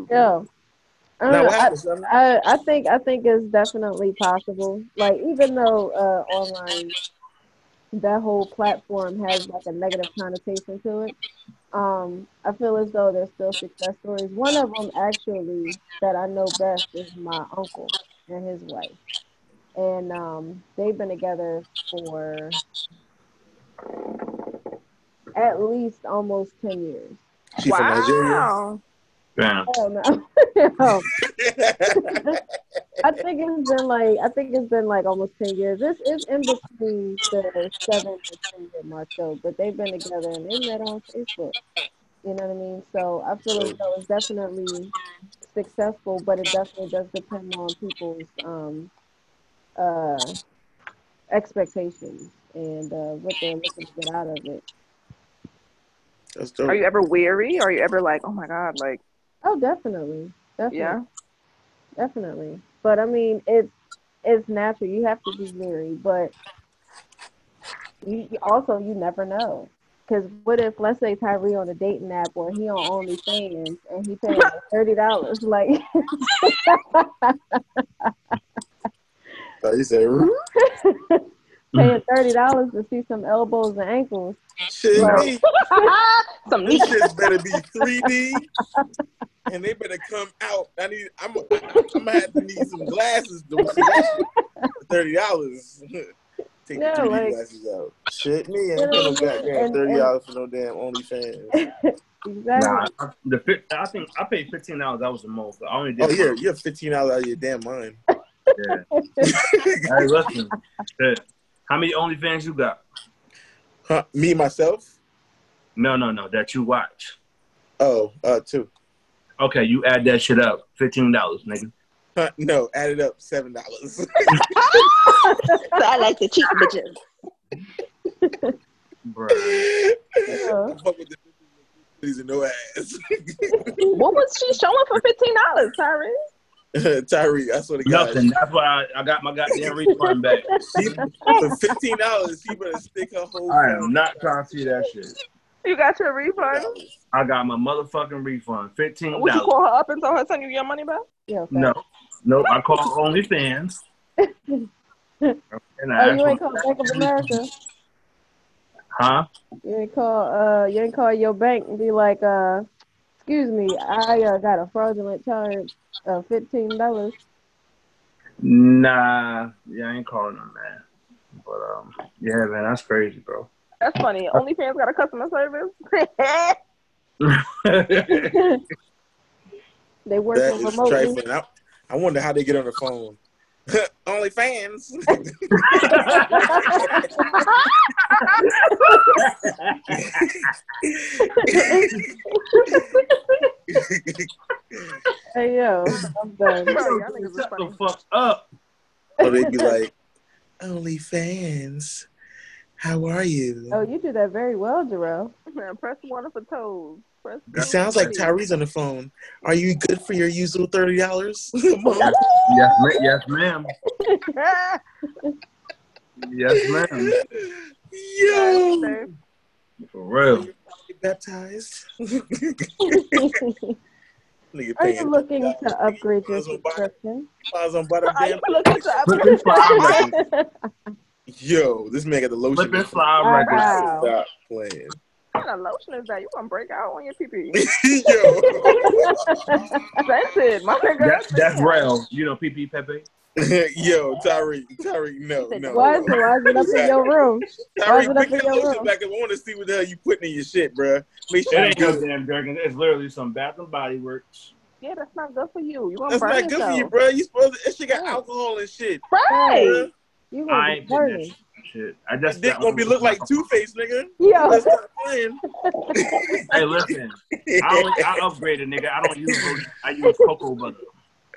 Speaker 1: yeah. I, don't
Speaker 2: Now,
Speaker 1: know,
Speaker 2: what
Speaker 1: I,
Speaker 2: happened, Shauna?
Speaker 1: I I think I think it's definitely possible. Like even though uh, online that whole platform has like a negative connotation to it, um, I feel as though there's still success stories. One of them actually that I know best is my uncle and his wife, and um, they've been together for at least almost ten years.
Speaker 2: She from Nigeria.
Speaker 3: (laughs) Damn.
Speaker 1: Oh no. (laughs)
Speaker 2: (laughs) That's
Speaker 1: I think it's been like I think it's been like almost ten years. This is in between the seven and ten year mark though, but they've been together and they met on Facebook. You know what I mean? So I feel as though it's definitely successful, but it definitely does depend on people's um uh expectations and uh what they're looking to get out of it.
Speaker 2: dope.
Speaker 4: Are you ever weary? Are you ever like, oh my god, like,
Speaker 1: Oh definitely. Definitely.
Speaker 4: yeah?
Speaker 1: definitely. But I mean, it's it's natural. You have to be leery, but you you also you never know. Because what if, let's say, Tyree on a dating app or he on OnlyFans and he paying
Speaker 4: (laughs)
Speaker 1: like thirty dollars?
Speaker 3: (laughs)
Speaker 1: Like,
Speaker 2: Oh, you said "Ooh,
Speaker 1: paying thirty dollars to see some elbows and ankles.
Speaker 2: shit.
Speaker 1: Right.
Speaker 2: me.
Speaker 4: (laughs) Some
Speaker 2: This
Speaker 4: niche.
Speaker 2: shit's better be 3D, and they better come out. I need. I'm. I'm gonna have to need some glasses to see that shit. Thirty dollars. Take
Speaker 1: Yeah,
Speaker 2: the 3D
Speaker 1: like-
Speaker 2: glasses out. Shit, me. I
Speaker 1: You know
Speaker 2: ain't paying no
Speaker 1: what I mean?
Speaker 2: goddamn
Speaker 1: And-
Speaker 2: thirty
Speaker 1: and-
Speaker 2: dollars for no damn OnlyFans.
Speaker 1: Exactly.
Speaker 3: Nah, I- the fif- I think I paid fifteen dollars. That was the most. I only did.
Speaker 2: Oh yeah, you're fifteen dollars out of your damn mind.
Speaker 3: Yeah. (laughs) Hey, listen. Shit. How many OnlyFans you got?
Speaker 2: Huh, me myself.
Speaker 3: No, no, no. That you watch.
Speaker 2: Oh, uh, two.
Speaker 3: Okay, you add that shit up. Fifteen dollars, nigga.
Speaker 2: Huh, no, added up seven dollars.
Speaker 4: I like to cheat bitches.
Speaker 3: Bro.
Speaker 1: (laughs)
Speaker 2: (laughs) I fuck with the bitches and no ass.
Speaker 4: (laughs)
Speaker 2: (laughs)
Speaker 4: What was she showing for fifteen dollars, Tyrese?
Speaker 2: Tyree, I swear to God.
Speaker 3: Nothing. That's why I, I got my goddamn
Speaker 1: (laughs)
Speaker 3: refund back.
Speaker 2: She, for fifteen dollars, she better stick her whole.
Speaker 3: I
Speaker 2: phone.
Speaker 3: am not trying to see that shit.
Speaker 4: You got your refund.
Speaker 3: I got my motherfucking refund. Fifteen
Speaker 4: Would you
Speaker 3: dollars.
Speaker 4: call her up and tell her send you your money back?
Speaker 1: Yeah, okay.
Speaker 3: No, no. I
Speaker 1: (laughs)
Speaker 3: called OnlyFans. And
Speaker 1: Oh,
Speaker 3: I
Speaker 1: you
Speaker 3: asked
Speaker 1: ain't
Speaker 3: them,
Speaker 1: call Bank of America.
Speaker 3: huh?
Speaker 1: You ain't call uh you ain't call your bank and be like, uh, excuse me, I uh, got a fraudulent charge of fifteen dollars. (laughs)
Speaker 3: Nah, yeah, I ain't calling them, man. But um, yeah, man, that's crazy,
Speaker 4: (laughs)
Speaker 3: bro.
Speaker 4: That's
Speaker 2: (laughs)
Speaker 4: funny. OnlyFans got a customer service. (laughs)
Speaker 3: yeah,
Speaker 1: They
Speaker 2: That
Speaker 1: working
Speaker 2: is
Speaker 1: remotely.
Speaker 2: trifling. I, I wonder how they get on the phone. (laughs) Only fans.
Speaker 1: (laughs) Hey yo, E I'm
Speaker 3: (laughs)
Speaker 1: done.
Speaker 4: Bro, y'all niggas is
Speaker 3: Shut the
Speaker 4: funny.
Speaker 3: fuck up.
Speaker 2: or they'd be like, Only fans. How are you?
Speaker 1: Oh, you did that very well, Jarrell.
Speaker 2: (laughs)
Speaker 4: Man, press one for toes. Press two
Speaker 2: It sounds like
Speaker 4: for
Speaker 2: Tyree's on the phone. Are you good for your usual thirty dollars?
Speaker 4: (laughs)
Speaker 3: Yes, ma- yes, ma'am.
Speaker 4: feet.
Speaker 3: Yes,
Speaker 2: (laughs)
Speaker 3: ma'am.
Speaker 4: Yes,
Speaker 2: Yo,
Speaker 4: sir.
Speaker 3: For real.
Speaker 2: baptized. (laughs)
Speaker 1: Are
Speaker 2: Nigga
Speaker 1: you
Speaker 2: paying
Speaker 1: looking
Speaker 2: $30.
Speaker 1: to upgrade your
Speaker 2: Miles on Bada- (laughs)
Speaker 1: subscription?
Speaker 2: Miles on Bada
Speaker 4: Are you
Speaker 2: Bam.
Speaker 4: looking to
Speaker 3: Flipping fly
Speaker 2: (laughs)
Speaker 3: records.
Speaker 2: Yo, this man got the lotion.
Speaker 3: Flipping fly
Speaker 1: Alright.
Speaker 3: records.
Speaker 1: Wow.
Speaker 2: Stop playing. (laughs)
Speaker 4: What kind of lotion is that? You gonna break out on your pee pee?
Speaker 2: Yo. (laughs)
Speaker 4: Scented, my nigga.
Speaker 3: That, that's real. You know, PP Pepe.
Speaker 2: Yo, Tyree, Tyree, no, no.
Speaker 1: Why is it why is it up in your room? why is
Speaker 2: Tyree,
Speaker 1: it up
Speaker 2: pick
Speaker 1: in
Speaker 2: that
Speaker 1: your
Speaker 2: lotion
Speaker 1: room?
Speaker 2: back up. I want to see what the hell you putting in your shit, bruh. Make
Speaker 3: It
Speaker 2: sure you
Speaker 3: ain't no
Speaker 2: good.
Speaker 3: damn Durkin. It's literally some Bath and Body Works.
Speaker 4: Yeah, that's not good for you. You gonna
Speaker 2: That's
Speaker 4: burn
Speaker 2: not good
Speaker 4: yourself.
Speaker 2: for you, bruh. You supposed to, that shit got
Speaker 1: Yeah.
Speaker 2: alcohol and shit.
Speaker 4: Right.
Speaker 1: You
Speaker 3: I
Speaker 1: gonna be
Speaker 3: ain't putting that
Speaker 1: burning.
Speaker 3: shit. Shit, I just
Speaker 2: Dick
Speaker 3: that
Speaker 2: gonna
Speaker 3: one
Speaker 2: be
Speaker 3: was-
Speaker 2: look like Two Face, nigga.
Speaker 1: Yo,
Speaker 2: Let's stop
Speaker 1: (laughs)
Speaker 2: playing.
Speaker 3: Hey, listen, I, only, I upgraded, nigga. I don't use Roach. I use cocoa butter.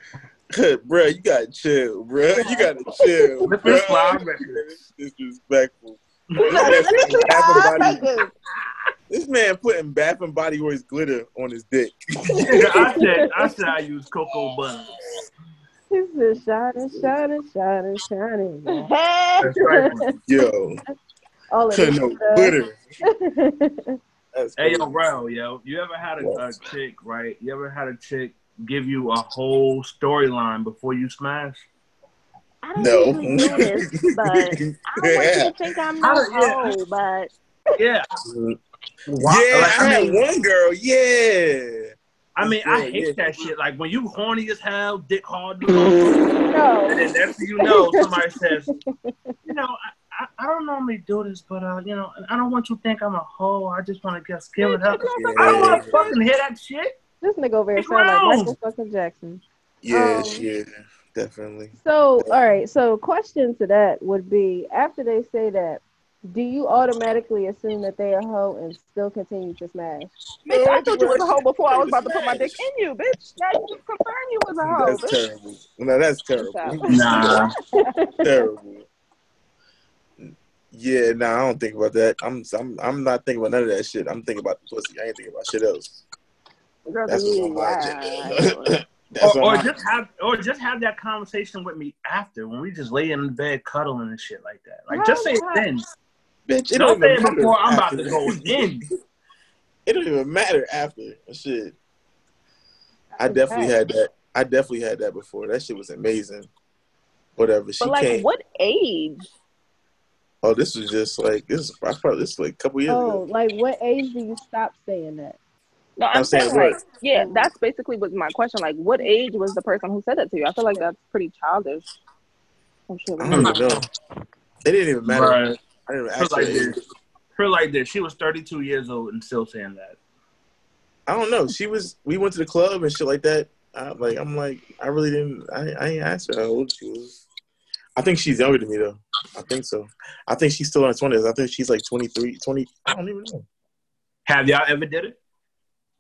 Speaker 2: (laughs) bruh, you gotta chill, bruh. You gotta
Speaker 3: (laughs)
Speaker 2: chill.
Speaker 3: Slip and
Speaker 2: bruh.
Speaker 3: slide records.
Speaker 2: This is disrespectful.
Speaker 4: Let me- let me see how I take this.
Speaker 2: This man putting Bath and Body Works glitter on his dick.
Speaker 3: Nigga, I said, I said I use cocoa butter.
Speaker 1: this is shining, shining, shining, shining. y'all.
Speaker 3: That's right. man.
Speaker 2: Yo,
Speaker 1: All of this
Speaker 2: couldn't no glitter.
Speaker 1: (laughs) stuff.
Speaker 2: That's
Speaker 3: Hey,
Speaker 2: crazy. (laughs)
Speaker 3: yo, Rao, yo, you ever had a, a chick, right? You ever had a chick give you a whole storyline before you smash?
Speaker 4: I don't
Speaker 2: No.
Speaker 4: usually do this, but
Speaker 1: (laughs)
Speaker 4: I don't want you to think I'm
Speaker 3: I
Speaker 4: no
Speaker 3: don't- yeah.
Speaker 4: hoe, but
Speaker 3: Yeah.
Speaker 2: Yeah,
Speaker 3: Like,
Speaker 2: I
Speaker 3: I
Speaker 2: had
Speaker 3: mean-
Speaker 2: one girl. Yeah.
Speaker 3: I mean, I
Speaker 2: Yeah,
Speaker 3: hate
Speaker 2: yeah.
Speaker 3: that shit. Like when you horny as hell, dick hard, do something, and
Speaker 1: no.
Speaker 3: then next thing you know, somebody says, you know, I, I, I don't normally do this, but uh, you know, I don't want you to think I'm a hoe. I just want to just give it up. I don't want to fucking hear that shit.
Speaker 1: This nigga over here
Speaker 3: It's
Speaker 1: sound like
Speaker 3: wrong.
Speaker 1: Michael fucking Jackson.
Speaker 2: Yes,
Speaker 1: Um,
Speaker 2: yeah, definitely.
Speaker 1: So, all right. So, question to that would be: after they say that, do you automatically assume that they a hoe and still continue to smash?
Speaker 4: bitch, I thought you was a hoe before I was about to put (laughs) my dick in you, bitch. Now you just confirm you was a hoe,
Speaker 2: That's
Speaker 4: bitch.
Speaker 2: terrible. No, that's (laughs) terrible.
Speaker 4: Stop.
Speaker 3: (laughs) Nah,
Speaker 2: terrible. Yeah, nah, I don't think about that. I'm, I'm, I'm not thinking about none of that shit. I'm thinking about the pussy. I ain't thinking about shit else.
Speaker 4: Oh,
Speaker 1: Girl,
Speaker 2: That's what's
Speaker 1: you-
Speaker 2: on my (laughs)
Speaker 1: yeah.
Speaker 2: agenda. That's
Speaker 3: or,
Speaker 2: on my-
Speaker 3: or Oh, just have or just have that conversation with me after when we just lay in bed cuddling and shit like that. Like just say it then.
Speaker 2: bitch. It don't
Speaker 3: Don't say
Speaker 2: even
Speaker 3: it
Speaker 2: matter.
Speaker 3: before I'm about
Speaker 2: after
Speaker 3: to
Speaker 2: that.
Speaker 3: go in.
Speaker 2: (laughs) It don't even matter after shit. I definitely had that. I definitely had that before. That shit was amazing. Whatever she
Speaker 4: But like,
Speaker 2: came.
Speaker 4: what age?
Speaker 2: Oh, this was just like this. Is, I probably this was like a couple years
Speaker 1: Oh,
Speaker 2: ago.
Speaker 1: like what age do you stop saying that?
Speaker 4: No, I'm,
Speaker 2: I'm saying
Speaker 4: saying, like,
Speaker 2: what?
Speaker 4: yeah, that's basically was my question. Like, what age was the person who said that to you? I feel like that's pretty childish. Oh, shit,
Speaker 2: I don't even know. It didn't even matter.
Speaker 3: Bruh.
Speaker 2: I didn't even
Speaker 3: Put
Speaker 2: ask
Speaker 3: it like
Speaker 2: her age.
Speaker 3: this. Put it like this. She was 32 years old and still saying that.
Speaker 2: I don't know. She was. We went to the club and shit like that. I, like I'm like I really didn't. I I ain't asked her how old she was. I think she's younger than me though. I think so. I think she's still in her twenties. I think she's like 23, 20. I don't even know.
Speaker 3: Have y'all ever did it?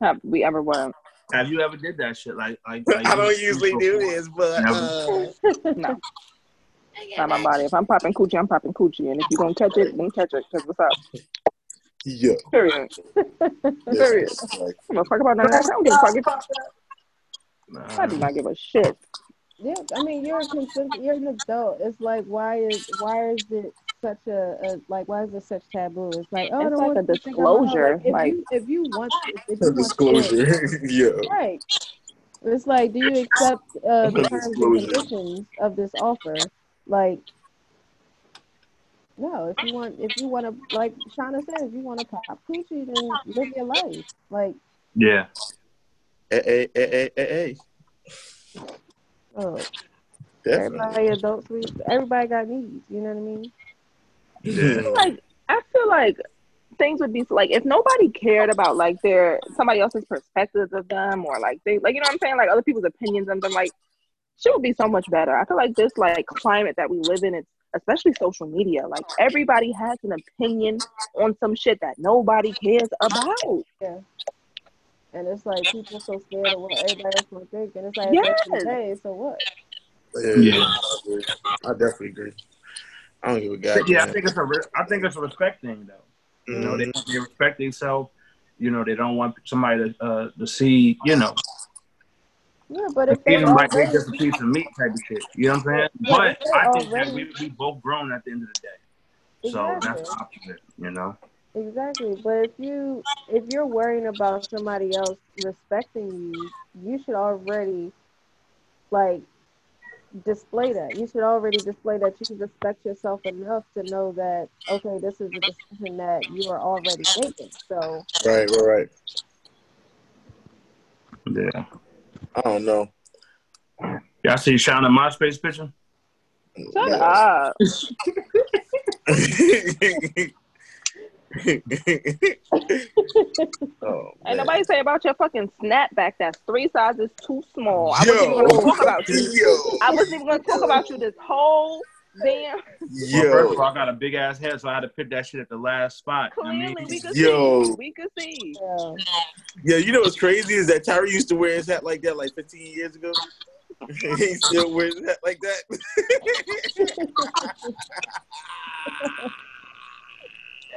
Speaker 4: Have we ever were?
Speaker 3: Have you ever did that shit? Like,
Speaker 2: (laughs)
Speaker 3: like, like
Speaker 2: but
Speaker 3: uh,
Speaker 4: No, not my body. If I'm popping coochie, I'm popping coochie, and if you gonna catch it, then catch it. Cause what's up?
Speaker 2: yeah.
Speaker 4: Period. (laughs) Period.
Speaker 2: Like,
Speaker 4: I don't give a fuck about none of that. I don't give a fuck. If- I do
Speaker 3: Nah.
Speaker 4: not give a shit.
Speaker 1: Yeah, I mean you're a consent, you're an adult. It's like why is why is it such a, a like why is it such taboo? It's like oh, I
Speaker 4: It's
Speaker 1: don't
Speaker 4: like
Speaker 1: want
Speaker 4: a
Speaker 1: you to think I'm hoe.
Speaker 4: disclosure,
Speaker 1: Like, if you if you want if you
Speaker 2: a
Speaker 1: want
Speaker 2: disclosure.
Speaker 1: sex,
Speaker 2: yeah.
Speaker 4: (laughs)
Speaker 1: right? It's like do you accept uh, the
Speaker 2: A
Speaker 1: terms and
Speaker 2: disclosure.
Speaker 1: conditions of this offer? Like no, if you want if you want to like Shauna said, if you want to pop coochie, then live your life. Like
Speaker 3: Yeah.
Speaker 2: Hey, hey, hey, hey, hey.
Speaker 1: oh,
Speaker 2: Definitely.
Speaker 1: everybody adults, we everybody got needs. You know what I mean?
Speaker 2: Yeah.
Speaker 4: like I feel like things would be like if nobody cared about like their somebody else's perspectives of them or like they like you know what I'm saying like other people's opinions of them like shit would be so much better. I feel like this like climate that we live in it's especially social media like everybody has an opinion on some shit that nobody cares about.
Speaker 1: And it's like people so scared of what everybody else will think, and it's like yes.
Speaker 4: Yes.
Speaker 1: day, so what?
Speaker 2: yeah. I definitely agree. I don't give a goddamn.
Speaker 3: Yeah, I think it's a, re- I think it's a respect thing though. You know, they,
Speaker 2: Mhm.
Speaker 3: they respect themselves. You know, they don't want somebody to uh, to see, you know,
Speaker 1: Yeah, but
Speaker 3: to
Speaker 1: if
Speaker 3: see
Speaker 1: they
Speaker 3: them like they
Speaker 1: already,
Speaker 3: just a piece of meat type of shit. You know what I'm saying?
Speaker 1: Yeah,
Speaker 3: But
Speaker 1: they
Speaker 3: I think that
Speaker 1: already-
Speaker 3: we, we both grown at the end of the day. So
Speaker 1: exactly,
Speaker 3: that's the opposite, you know?
Speaker 1: exactly. But if you if you're worrying about somebody else respecting you, you should already like display that. You should already display that you can respect yourself enough to know that okay, this is a decision that you are already making. So
Speaker 2: Mm, Right, right, right.
Speaker 3: Yeah.
Speaker 2: I don't know.
Speaker 3: Y'all see Shauna MySpace picture?
Speaker 4: Shut up.
Speaker 2: (laughs)
Speaker 4: (laughs)
Speaker 2: oh,
Speaker 4: Ain't
Speaker 2: man.
Speaker 4: nobody say about your fucking snapback that's three sizes too small. I wasn't even
Speaker 2: Yo.
Speaker 4: gonna talk about you.
Speaker 2: (laughs) Yo.
Speaker 4: I wasn't even gonna talk about you this whole Damn.
Speaker 3: Well, first
Speaker 2: Yo,
Speaker 3: of all, I got a big ass head, so I had to pick that shit at the last spot. I
Speaker 4: Clearly,
Speaker 3: mean,
Speaker 4: we could
Speaker 2: Yo.
Speaker 4: see. We could
Speaker 1: (laughs)
Speaker 4: see.
Speaker 1: Yeah.
Speaker 2: yeah, you know what's crazy is that Tyree used to wear his hat like that like 15 years ago. (laughs) he still wears his hat like that.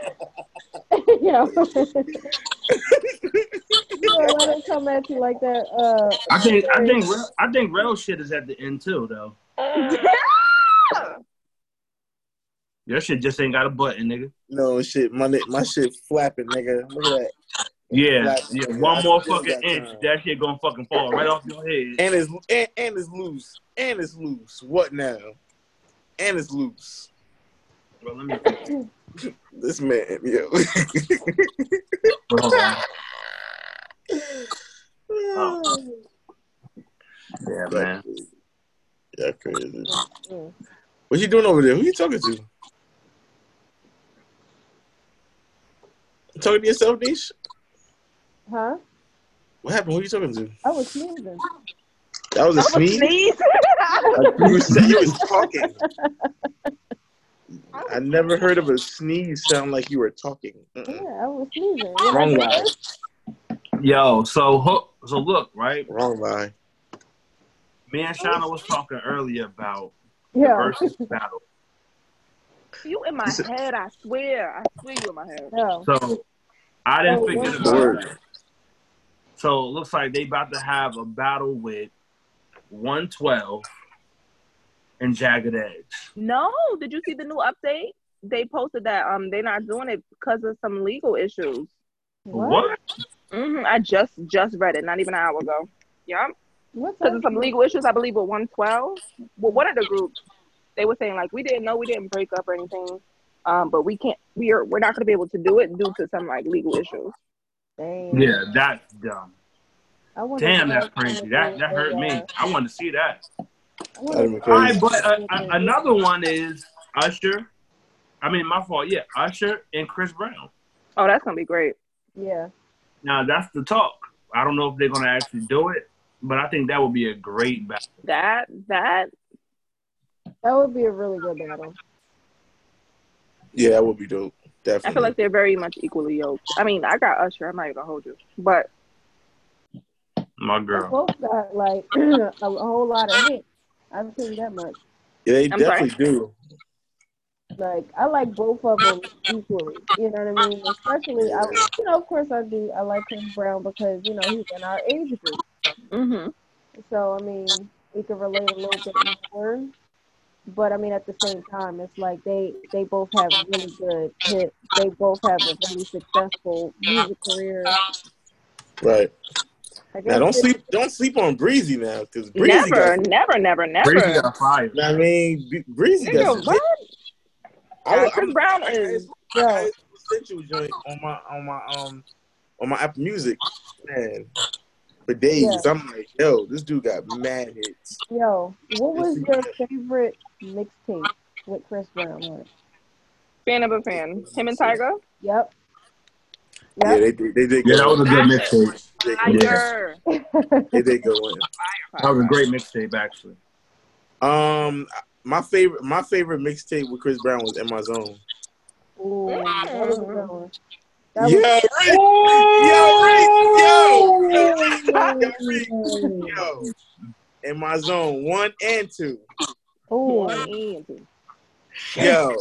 Speaker 1: yeah. yeah, why they come at you like that? Uh,
Speaker 3: I think I think real, I think real shit is at the end too, though. Your shit just ain't got a button, nigga.
Speaker 2: no shit, my ni- my shit flapping, nigga. Look at that.
Speaker 3: Yeah,
Speaker 2: Flapping,
Speaker 3: yeah.
Speaker 2: nigga. I
Speaker 3: One more
Speaker 2: still
Speaker 3: fucking
Speaker 2: got
Speaker 3: inch,
Speaker 2: time.
Speaker 3: that shit gonna fucking fall right off your head.
Speaker 2: And it's and, and it's loose. And it's loose. What now? And it's loose.
Speaker 3: Bro, let me.
Speaker 2: This man, yo. (laughs)
Speaker 3: Bro, hold (laughs) on. Yeah, Oh, man.
Speaker 2: Yeah, crazy.
Speaker 1: Mm.
Speaker 2: Mm-hmm. What you doing over there? Who you talking to? You talking to yourself, Nish?
Speaker 1: huh?
Speaker 2: What happened? Who you talking to?
Speaker 1: I was sneezing.
Speaker 2: That was a
Speaker 4: I was
Speaker 2: sneeze.
Speaker 4: (laughs) sneezing.
Speaker 2: You was, you was talking. I never heard of a sneeze sound like you were talking.
Speaker 1: Yeah,
Speaker 2: Mm-mm.
Speaker 1: I was sneezing.
Speaker 2: Wrong line.
Speaker 3: Yo, so hook, so look, right?
Speaker 2: Wrong line.
Speaker 3: Me and Shauna was talking earlier about the
Speaker 1: Yeah.
Speaker 3: versus battle.
Speaker 4: you in my
Speaker 2: This is-
Speaker 4: head, I swear. I swear you in my head.
Speaker 1: No.
Speaker 3: So I didn't
Speaker 1: Oh,
Speaker 3: forget
Speaker 1: wow.
Speaker 3: about
Speaker 2: Word.
Speaker 3: that. So it looks like they about to have a battle with 112 and Jagged Edge.
Speaker 4: No, did you see the new update? They posted that um they're not doing it because of some legal issues.
Speaker 3: What?
Speaker 4: hmm I just just read it, not even an hour ago. Yeah,
Speaker 1: What's
Speaker 4: because
Speaker 1: up?
Speaker 4: of some legal issues, I believe with one twelve. Well, one of the groups, they were saying like we didn't know we didn't break up or anything, um, but we can't. We are we're not going to be able to do it due to some like legal issues.
Speaker 1: Damn.
Speaker 3: Yeah, that's dumb.
Speaker 1: I wonder
Speaker 3: Damn,
Speaker 1: if
Speaker 3: that's crazy. That that hurt me. I wanted to see that.
Speaker 1: I wonder if-
Speaker 2: That'd be
Speaker 3: All
Speaker 2: crazy.
Speaker 3: right, but uh, uh, another one is Usher. I mean, my fault. Yeah, Usher and Chris Brown.
Speaker 4: Oh, that's going to be great.
Speaker 1: Yeah.
Speaker 3: Now that's the talk. I don't know if they're gonna actually do it, but I think that would be a great battle.
Speaker 4: That that
Speaker 1: That would be a really good battle.
Speaker 2: Yeah, that would be dope.
Speaker 4: I feel
Speaker 2: Definitely.
Speaker 4: like they're very much equally yoked. I mean, I got Usher. I'm not even gonna hold you, but
Speaker 3: My
Speaker 1: They
Speaker 3: girl.
Speaker 1: both got like (clears throat) a whole lot of hits. I've seen that much.
Speaker 2: yeah, they
Speaker 4: I'm sorry.
Speaker 2: definitely do.
Speaker 1: Like I like both of them equally. You know what I mean? Especially, I, you know, of course I do. I like Chris Brown because you know he's in our age group. Mm-hmm.
Speaker 4: hmm
Speaker 1: So I mean, we can relate a little bit more. But I mean, at the same time, it's like they they both have really good hits. They both have a really successful music career.
Speaker 2: Right.
Speaker 1: I guess
Speaker 2: Now don't
Speaker 1: it's-
Speaker 2: sleep don't sleep on Breezy now, because Breezy
Speaker 4: never,
Speaker 2: got
Speaker 4: never, never, never.
Speaker 3: Breezy got fired.
Speaker 2: I mean B- Breezy got
Speaker 4: Nigga,
Speaker 2: some
Speaker 4: what?
Speaker 2: I,
Speaker 4: Nah,
Speaker 2: was-
Speaker 4: Chris
Speaker 2: I'm-
Speaker 4: Brown
Speaker 2: I-
Speaker 4: is
Speaker 2: I
Speaker 1: Yo,
Speaker 2: had essential joint on my on my um on my Apple Music, man. For days,
Speaker 1: Yeah.
Speaker 2: I'm like, yo, this dude got mad hits.
Speaker 1: yo, what was your favorite mixtape with Chris Brown on it?
Speaker 4: fan of a fan. Him and Tiger.
Speaker 1: Yep.
Speaker 2: Yeah,
Speaker 1: Yep.
Speaker 2: they did. They did
Speaker 3: Yeah, that
Speaker 2: go.
Speaker 3: was a
Speaker 2: in.
Speaker 3: good mixtape.
Speaker 2: They did go in.
Speaker 4: Tiger.
Speaker 2: They did go in.
Speaker 3: That was a great mixtape, actually.
Speaker 2: Um, my favorite, my favorite mixtape with Chris Brown was in my zone.
Speaker 1: Ooh, that was a good one.
Speaker 2: Yo,
Speaker 1: That
Speaker 2: Rick. Yo, Rick. Yo. Yo, Rick.
Speaker 1: was,
Speaker 2: Yo. In my zone, one and two.
Speaker 1: (laughs) ooh,
Speaker 4: One and two.
Speaker 2: Yo,
Speaker 3: All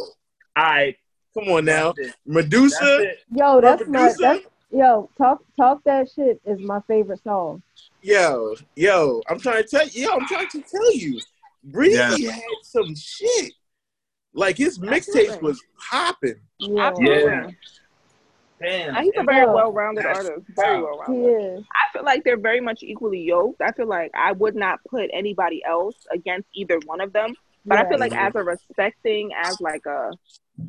Speaker 3: right.
Speaker 2: come on now,
Speaker 3: That's it. That's
Speaker 2: Medusa.
Speaker 3: it.
Speaker 1: yo, that's my
Speaker 2: Medusa.
Speaker 1: that's yo talk talk that shit is my favorite song.
Speaker 2: Yo, yo, I'm trying to tell you, yo, I'm trying to tell you, Breezy
Speaker 3: Yeah.
Speaker 2: had some shit. Like his mixtapes
Speaker 4: Absolutely.
Speaker 2: was popping.
Speaker 1: Yeah,
Speaker 4: Absolutely.
Speaker 3: Yeah. Damn.
Speaker 4: He's a very
Speaker 1: Yeah.
Speaker 4: well-rounded
Speaker 3: That's-
Speaker 4: artist. Very
Speaker 3: Wow.
Speaker 1: he
Speaker 4: well-rounded.
Speaker 1: is.
Speaker 4: I feel like they're very much equally yoked. I feel like I would not put anybody else against either one of them. But I
Speaker 1: Yeah.
Speaker 4: feel like as a respecting, as like a,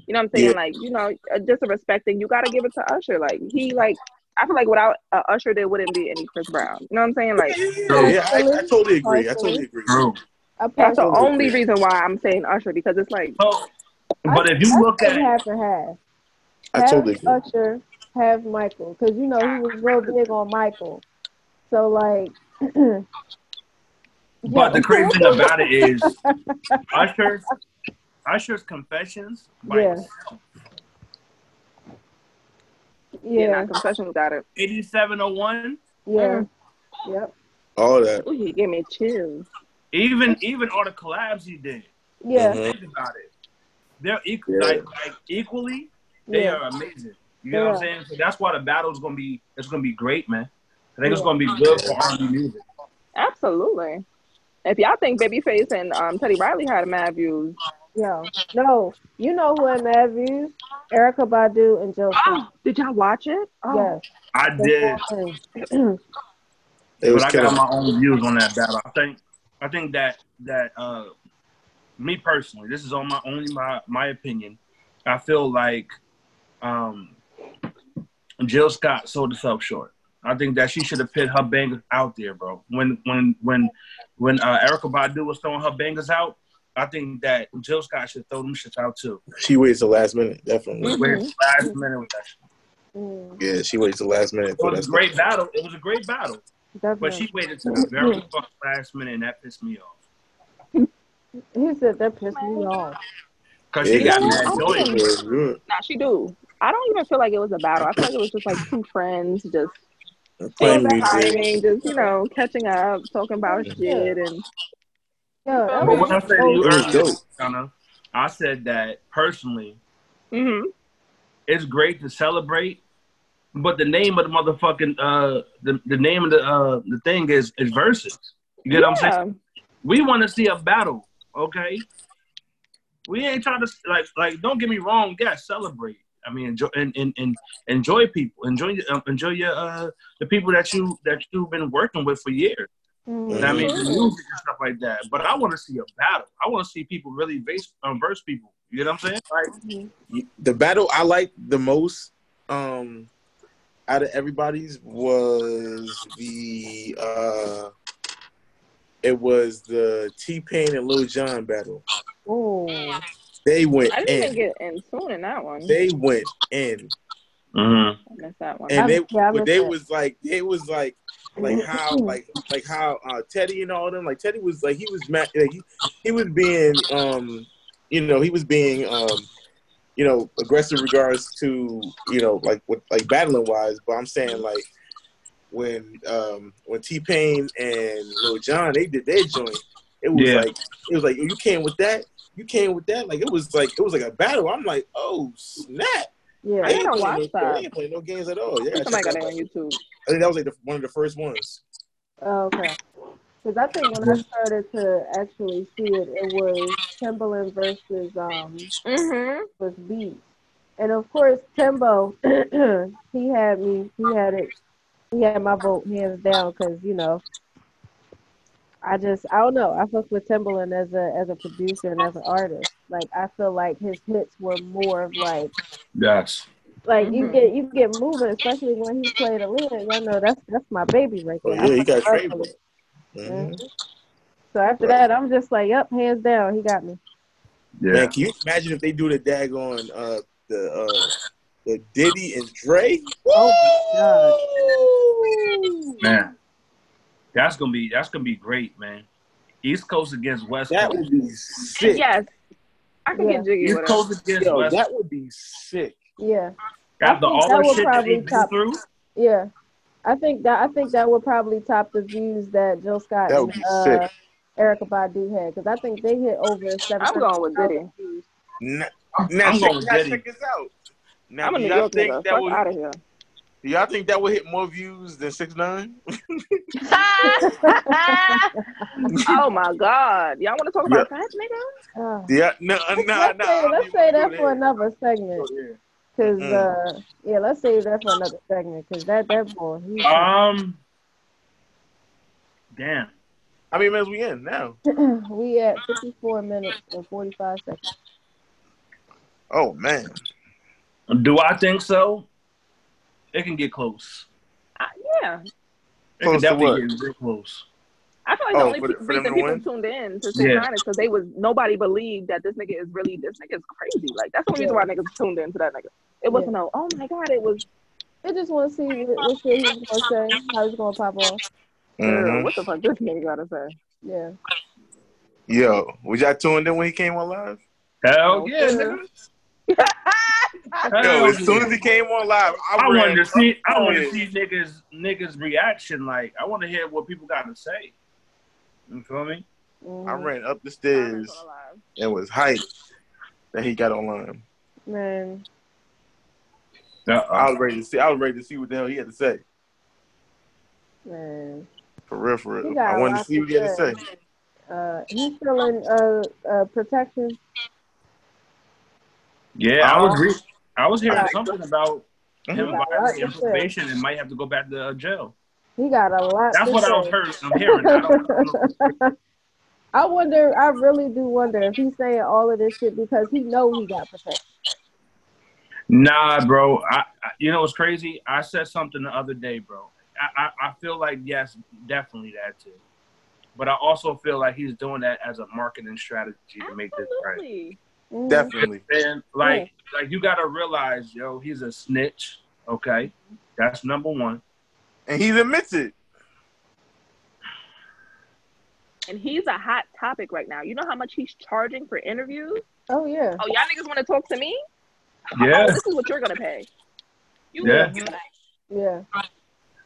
Speaker 4: you know what I'm saying?
Speaker 2: Yeah.
Speaker 4: Like, you know, uh, just a respecting, you got to give it to Usher. Like, he, like, I feel like without uh, Usher, there wouldn't be any Chris Brown. You know what I'm saying? Like,
Speaker 2: Yeah, yeah, I, I totally agree. I totally agree.
Speaker 3: True.
Speaker 1: I
Speaker 4: that's the
Speaker 1: personally-
Speaker 4: only reason why I'm saying Usher because it's like,
Speaker 3: So, but if you
Speaker 1: I
Speaker 3: look
Speaker 1: said
Speaker 3: at
Speaker 1: half and half.
Speaker 2: I
Speaker 1: Have
Speaker 2: totally agree.
Speaker 1: Usher, have Michael, because you know he was real big on Michael. So like, (clears throat) (laughs)
Speaker 3: but the crazy thing about it is Usher Usher's Confessions by
Speaker 1: Yeah.
Speaker 3: itself.
Speaker 4: Yeah,
Speaker 1: Yeah.
Speaker 4: nah, confession got it.
Speaker 3: 8701.
Speaker 1: Yeah. Yep.
Speaker 2: All that.
Speaker 4: Ooh, he gave me chills.
Speaker 3: Even even all the collabs he did.
Speaker 1: Yeah.
Speaker 2: Mhm.
Speaker 3: Think about it. They're equal,
Speaker 2: Yeah.
Speaker 3: like, like equally. They
Speaker 1: Yeah.
Speaker 3: are amazing. You know what I'm
Speaker 1: Yeah.
Speaker 3: saying? So that's why the battle is gonna be. It's gonna be great, man. I think it's
Speaker 1: Yeah.
Speaker 3: gonna be good for R&B music.
Speaker 4: Absolutely. If y'all think Babyface and um, Teddy Riley had mad views,
Speaker 1: Yo. No. You know who I'm at views? Erica Badu and Joe. Smith.
Speaker 3: Oh,
Speaker 4: did y'all watch it? Oh,
Speaker 1: Yes.
Speaker 3: I did,
Speaker 2: It was
Speaker 3: but I
Speaker 2: killing.
Speaker 3: got my own views on that battle. I think I think that that uh, me personally, this is on my only my my opinion. I feel like um, Jill Scott sold herself short. I think that she should have put her bangers out there, bro. When when when when uh, Erica Badu was throwing her bangers out, I think that Jill Scott should throw them shits out too.
Speaker 2: She waits the last minute, definitely.
Speaker 4: Mhm.
Speaker 3: Where it's last minute with that shit.
Speaker 1: Mm,
Speaker 2: Yeah, she waits the last minute
Speaker 3: It
Speaker 2: for
Speaker 3: was
Speaker 2: that.
Speaker 3: a great battle. It was a great battle, but
Speaker 1: definitely.
Speaker 3: she waited to the very fucking last minute, and that pissed me off.
Speaker 1: He said that pissed me off.
Speaker 3: Cause
Speaker 2: Yeah,
Speaker 3: she got
Speaker 4: You know,
Speaker 3: mad
Speaker 4: I'm
Speaker 3: joy.
Speaker 4: thinking- nah, she do. I don't even feel like it was a battle. I feel like it was just like two friends just
Speaker 2: Playing music.
Speaker 4: hiding, just you know, catching up, talking about shit, and
Speaker 1: Yeah. that
Speaker 3: But what
Speaker 1: was-
Speaker 3: I said to you
Speaker 2: It was
Speaker 3: earlier,
Speaker 2: dope.
Speaker 3: Donna, I said that personally,
Speaker 4: hmm
Speaker 3: it's great to celebrate, but the name of the motherfucking uh the, the name of the uh the thing is is versus. You get what I'm saying? We want to see a battle, okay? We ain't trying to like like. Don't get me wrong. Yeah, celebrate. I mean, enjoy and, and, and enjoy people. Enjoy your um, enjoy your uh the people that you that you've been working with for years.
Speaker 1: Mm,
Speaker 3: And I mean,
Speaker 4: Mhm.
Speaker 3: music and stuff like that. But I want to see a battle. I want to see people really verse, um, verse people. You know what I'm saying? Like,
Speaker 2: The battle I liked the most um, out of everybody's was the uh, it was the T Pain and Lil Jon battle.
Speaker 1: ooh.
Speaker 2: They went
Speaker 4: I didn't even
Speaker 2: in.
Speaker 4: get in tune in that one.
Speaker 2: They went in,
Speaker 4: I missed that one.
Speaker 2: and they
Speaker 1: Yeah, I missed
Speaker 2: they
Speaker 1: that.
Speaker 2: was like they was like like how like like how uh, Teddy and all them like Teddy was like he was mad like he, he was being um you know he was being um you know aggressive regards to you know like with like battling wise but I'm saying like when um when T Pain and Lil Jon they did their joint it was
Speaker 3: Yeah.
Speaker 2: like it was like you came with that you came with that like it was like it was like a battle I'm like oh snap
Speaker 1: Yeah.
Speaker 4: I
Speaker 2: they
Speaker 4: didn't
Speaker 2: ain't
Speaker 4: watch
Speaker 2: playing no,
Speaker 4: that.
Speaker 2: they ain't playing no games at all yeah
Speaker 4: I think somebody got it on YouTube.
Speaker 2: I think that was like the, one of the first ones.
Speaker 1: Oh, okay. Because I think when I started to actually see it, it was Timbaland versus um
Speaker 4: Mm-hmm.
Speaker 1: was beat, and of course Timbo, (clears throat) he had me, he had it, he had my vote hands down because you know, I just I don't know, I fuck with Timbaland as a as a producer and as an artist. Like I feel like his hits were more of like
Speaker 3: yes.
Speaker 1: like you
Speaker 2: Mm-hmm.
Speaker 4: Mhm.
Speaker 1: get you get moving, especially when he played a lyric. Y'all know that's that's my baby right
Speaker 2: Oh
Speaker 1: there.
Speaker 2: yeah,
Speaker 1: I
Speaker 2: he got
Speaker 1: fucking love
Speaker 2: traded.
Speaker 1: him.
Speaker 2: Mm-hmm.
Speaker 1: So after
Speaker 2: Right.
Speaker 1: that, I'm just like, yep, hands down, he got me.
Speaker 3: Yeah.
Speaker 2: Man, can you imagine if they do the daggone uh, the uh, the Diddy and Dre? Oh
Speaker 3: Man, that's gonna be that's gonna be great, man. East Coast against West
Speaker 2: that
Speaker 3: Coast.
Speaker 2: would be sick.
Speaker 4: Yes, I can
Speaker 1: Yeah.
Speaker 4: get jiggy
Speaker 3: East
Speaker 4: with it.
Speaker 3: Coast against
Speaker 2: Yo,
Speaker 3: West.
Speaker 2: that would be sick.
Speaker 1: Yeah,
Speaker 3: After
Speaker 1: I think
Speaker 3: all
Speaker 1: that
Speaker 3: the
Speaker 1: would
Speaker 3: shit that
Speaker 1: probably
Speaker 3: they've been
Speaker 1: top-
Speaker 3: through,
Speaker 1: yeah. I think that I think that would probably top the views that Jill Scott
Speaker 2: That would
Speaker 1: and
Speaker 2: be
Speaker 1: uh,
Speaker 2: sick.
Speaker 1: Erica Badu had because I think they hit over seven.
Speaker 4: I'm
Speaker 1: (laughs)
Speaker 4: (laughs) going with Diddy.
Speaker 1: views.
Speaker 2: Now, now,
Speaker 3: I'm
Speaker 2: check,
Speaker 3: going with
Speaker 2: now
Speaker 3: Diddy.
Speaker 2: check this out. Now,
Speaker 4: I'm a
Speaker 2: do
Speaker 4: New
Speaker 2: y'all
Speaker 4: York
Speaker 2: think
Speaker 4: nigga.
Speaker 2: that
Speaker 4: Fuck
Speaker 2: would
Speaker 4: out of here.
Speaker 2: do y'all think that would hit more views than six nine? (laughs)
Speaker 4: (laughs) oh my god, y'all want to talk about that nigga?
Speaker 1: Ah.
Speaker 2: Yeah, no, no,
Speaker 1: let's, let's
Speaker 2: no.
Speaker 1: say, let's say that for another
Speaker 2: Oh,
Speaker 1: segment
Speaker 2: yeah.
Speaker 1: because
Speaker 2: Mm.
Speaker 1: uh, yeah, let's save that for another segment because that that boy he
Speaker 3: Um. Damn.
Speaker 2: How many minutes we in now?
Speaker 1: (clears throat) we at fifty four minutes and forty five seconds.
Speaker 2: Oh man.
Speaker 3: Do I think so? It can get close.
Speaker 4: I, yeah,
Speaker 3: It can
Speaker 2: Close to
Speaker 3: definitely
Speaker 2: what?
Speaker 3: get real close.
Speaker 4: I feel like the
Speaker 2: Oh,
Speaker 4: only
Speaker 2: for the- for
Speaker 4: pe-
Speaker 2: them to
Speaker 4: reason people
Speaker 2: win?
Speaker 4: tuned in to
Speaker 3: Yeah.
Speaker 4: Six Nine is because they was nobody believed that this nigga is really this nigga is crazy. Like that's the only reason why niggas tuned in to that nigga. It wasn't no, oh my god, it was
Speaker 1: I just want to see what, what shit he's gonna say, how he's gonna pop off.
Speaker 4: girl,
Speaker 2: Mhm.
Speaker 4: what the fuck this nigga gotta say? (laughs)
Speaker 1: Yeah,
Speaker 2: Yo, was y'all tuned in when he came on live?
Speaker 3: Hell yeah,
Speaker 4: yeah.
Speaker 3: nigga.
Speaker 2: Yo,
Speaker 3: Hell
Speaker 2: as soon
Speaker 3: yeah.
Speaker 2: as he came on live, I,
Speaker 3: I
Speaker 2: ran
Speaker 3: wanted to see. I
Speaker 2: Oh,
Speaker 3: wanted
Speaker 2: yeah.
Speaker 3: to see niggas niggas reaction. Like I want to hear what people got to say. You feel me?
Speaker 2: I
Speaker 1: Mhm.
Speaker 2: ran up the stairs and was hyped that he got online.
Speaker 1: Man,
Speaker 2: I was ready to see. I was ready to see what the hell he had to say.
Speaker 1: man.
Speaker 2: For real, for
Speaker 1: He
Speaker 2: real.
Speaker 1: got
Speaker 2: I
Speaker 1: a
Speaker 2: wanted to
Speaker 1: lot
Speaker 2: see
Speaker 1: to
Speaker 2: what he had to
Speaker 1: say.
Speaker 2: say.
Speaker 1: Uh, he's still in uh, uh protection.
Speaker 3: Yeah, I was.
Speaker 2: Um,
Speaker 3: Re- I was hearing
Speaker 2: I-
Speaker 3: something about
Speaker 1: He
Speaker 2: Mhm.
Speaker 3: him
Speaker 1: got a lot
Speaker 3: violating
Speaker 1: to say.
Speaker 3: information and might have to go back to uh, jail.
Speaker 1: He got a lot.
Speaker 3: That's
Speaker 1: to
Speaker 3: what I was
Speaker 1: say.
Speaker 3: hearing. I'm hearing. I don't, I
Speaker 1: (laughs)
Speaker 3: don't,
Speaker 1: I wonder. I really do wonder if he's saying all of this shit because he know he got protection.
Speaker 3: nah, bro. I, I you know what's crazy? I said something the other day, bro. I, I I feel like yes, definitely that too. But I also feel like he's doing that as a marketing strategy to make this right.
Speaker 4: Absolutely.
Speaker 1: Mhm.
Speaker 2: Definitely.
Speaker 3: And like, like you gotta realize, yo, he's a snitch. Okay, that's number one.
Speaker 2: And he's admits it.
Speaker 4: And he's a hot topic right now. You know how much he's charging for interviews?
Speaker 1: Oh yeah.
Speaker 4: Oh, y'all niggas want to talk to me?
Speaker 3: Yeah.
Speaker 4: Oh, this is what you're gonna pay. You
Speaker 3: Yeah.
Speaker 4: you like-
Speaker 1: Yeah.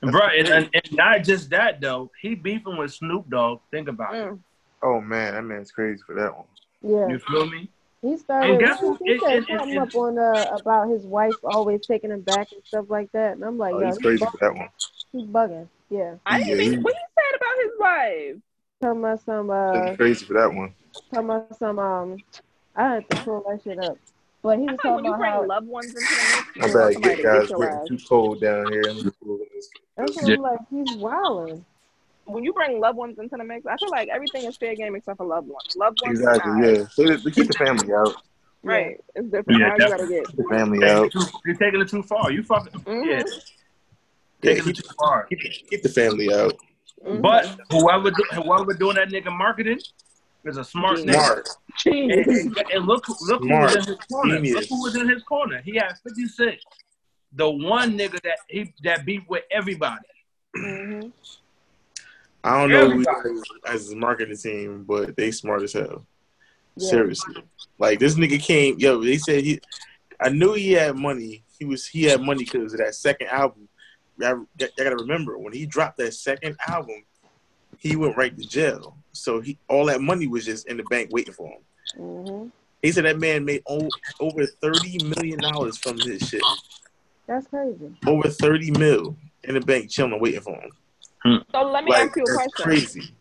Speaker 3: Bruh, and, and, and not just that though. He beefing with Snoop Dogg. Think about it.
Speaker 4: mm.
Speaker 2: Oh man, that man's crazy for that one.
Speaker 1: Yeah.
Speaker 3: You feel me?
Speaker 1: He
Speaker 3: And
Speaker 1: started.
Speaker 3: guess
Speaker 1: he-
Speaker 3: what?
Speaker 1: He
Speaker 3: It-
Speaker 1: said
Speaker 3: it- it-
Speaker 1: something
Speaker 3: it-
Speaker 1: up on uh about his wife always taking him back and stuff like that, and I'm like,
Speaker 2: Oh,
Speaker 1: yo,
Speaker 2: he's
Speaker 1: he's,
Speaker 2: crazy
Speaker 1: bug-
Speaker 2: for that one.
Speaker 1: he's bugging. Yeah.
Speaker 4: I didn't
Speaker 2: Yeah,
Speaker 4: even
Speaker 2: he-
Speaker 4: what he said about his wife.
Speaker 1: Tell my some
Speaker 2: He's
Speaker 1: uh,
Speaker 2: crazy for that one.
Speaker 1: tell my some um, I had to pull that shit up. But he
Speaker 4: I
Speaker 1: was
Speaker 4: thought when
Speaker 1: talking
Speaker 4: you
Speaker 1: about
Speaker 4: bring
Speaker 1: how.
Speaker 4: loved ones into the mix, you
Speaker 2: My bad,
Speaker 4: want somebody
Speaker 2: get
Speaker 4: to
Speaker 2: guys
Speaker 4: get your
Speaker 2: getting
Speaker 4: ass.
Speaker 2: too cold down here. Let me cool this.
Speaker 1: That's what I'm like. He's wilding.
Speaker 4: When you bring loved ones into the mix, I feel like everything is fair game except for loved ones. Loved ones, is
Speaker 2: Exactly.
Speaker 4: not.
Speaker 2: Yeah. So that- we keep the family out.
Speaker 4: right? It's different.
Speaker 3: Yeah,
Speaker 4: Now you gotta get.
Speaker 2: Keep the family
Speaker 3: You're
Speaker 2: out.
Speaker 3: taking it too- You're taking it too far. You fucking
Speaker 4: Mhm,
Speaker 3: yeah,
Speaker 2: Yeah,
Speaker 3: taking
Speaker 2: keep,
Speaker 3: it too far.
Speaker 2: keep, keep the family out.
Speaker 4: mhm.
Speaker 3: But whoever do, whoever doing that nigga marketing is a smart nigga.
Speaker 2: Smart.
Speaker 3: And,
Speaker 4: Jeez.
Speaker 3: and, and look look who
Speaker 2: Smart.
Speaker 3: was in his corner. Look
Speaker 2: Genius.
Speaker 3: who was in his corner. He had fifty six. The one nigga that he that beef with everybody.
Speaker 1: Mm-hmm.
Speaker 2: I don't know who
Speaker 3: Everybody.
Speaker 2: as his marketing team, but they smart as hell.
Speaker 1: Yeah.
Speaker 2: Seriously. Like this nigga came, yo, they said he I knew he had money. He was he had money because of that second album. I, I gotta remember when he dropped that second album, he went right to jail. So he all that money was just in the bank waiting for him.
Speaker 1: Mm-hmm.
Speaker 2: He said that man made o- over thirty million dollars from his shit.
Speaker 1: That's crazy.
Speaker 2: Over thirty mil in the bank, chilling, waiting for him.
Speaker 4: So let me
Speaker 2: Like
Speaker 4: ask you a
Speaker 2: that's
Speaker 4: question.
Speaker 2: crazy.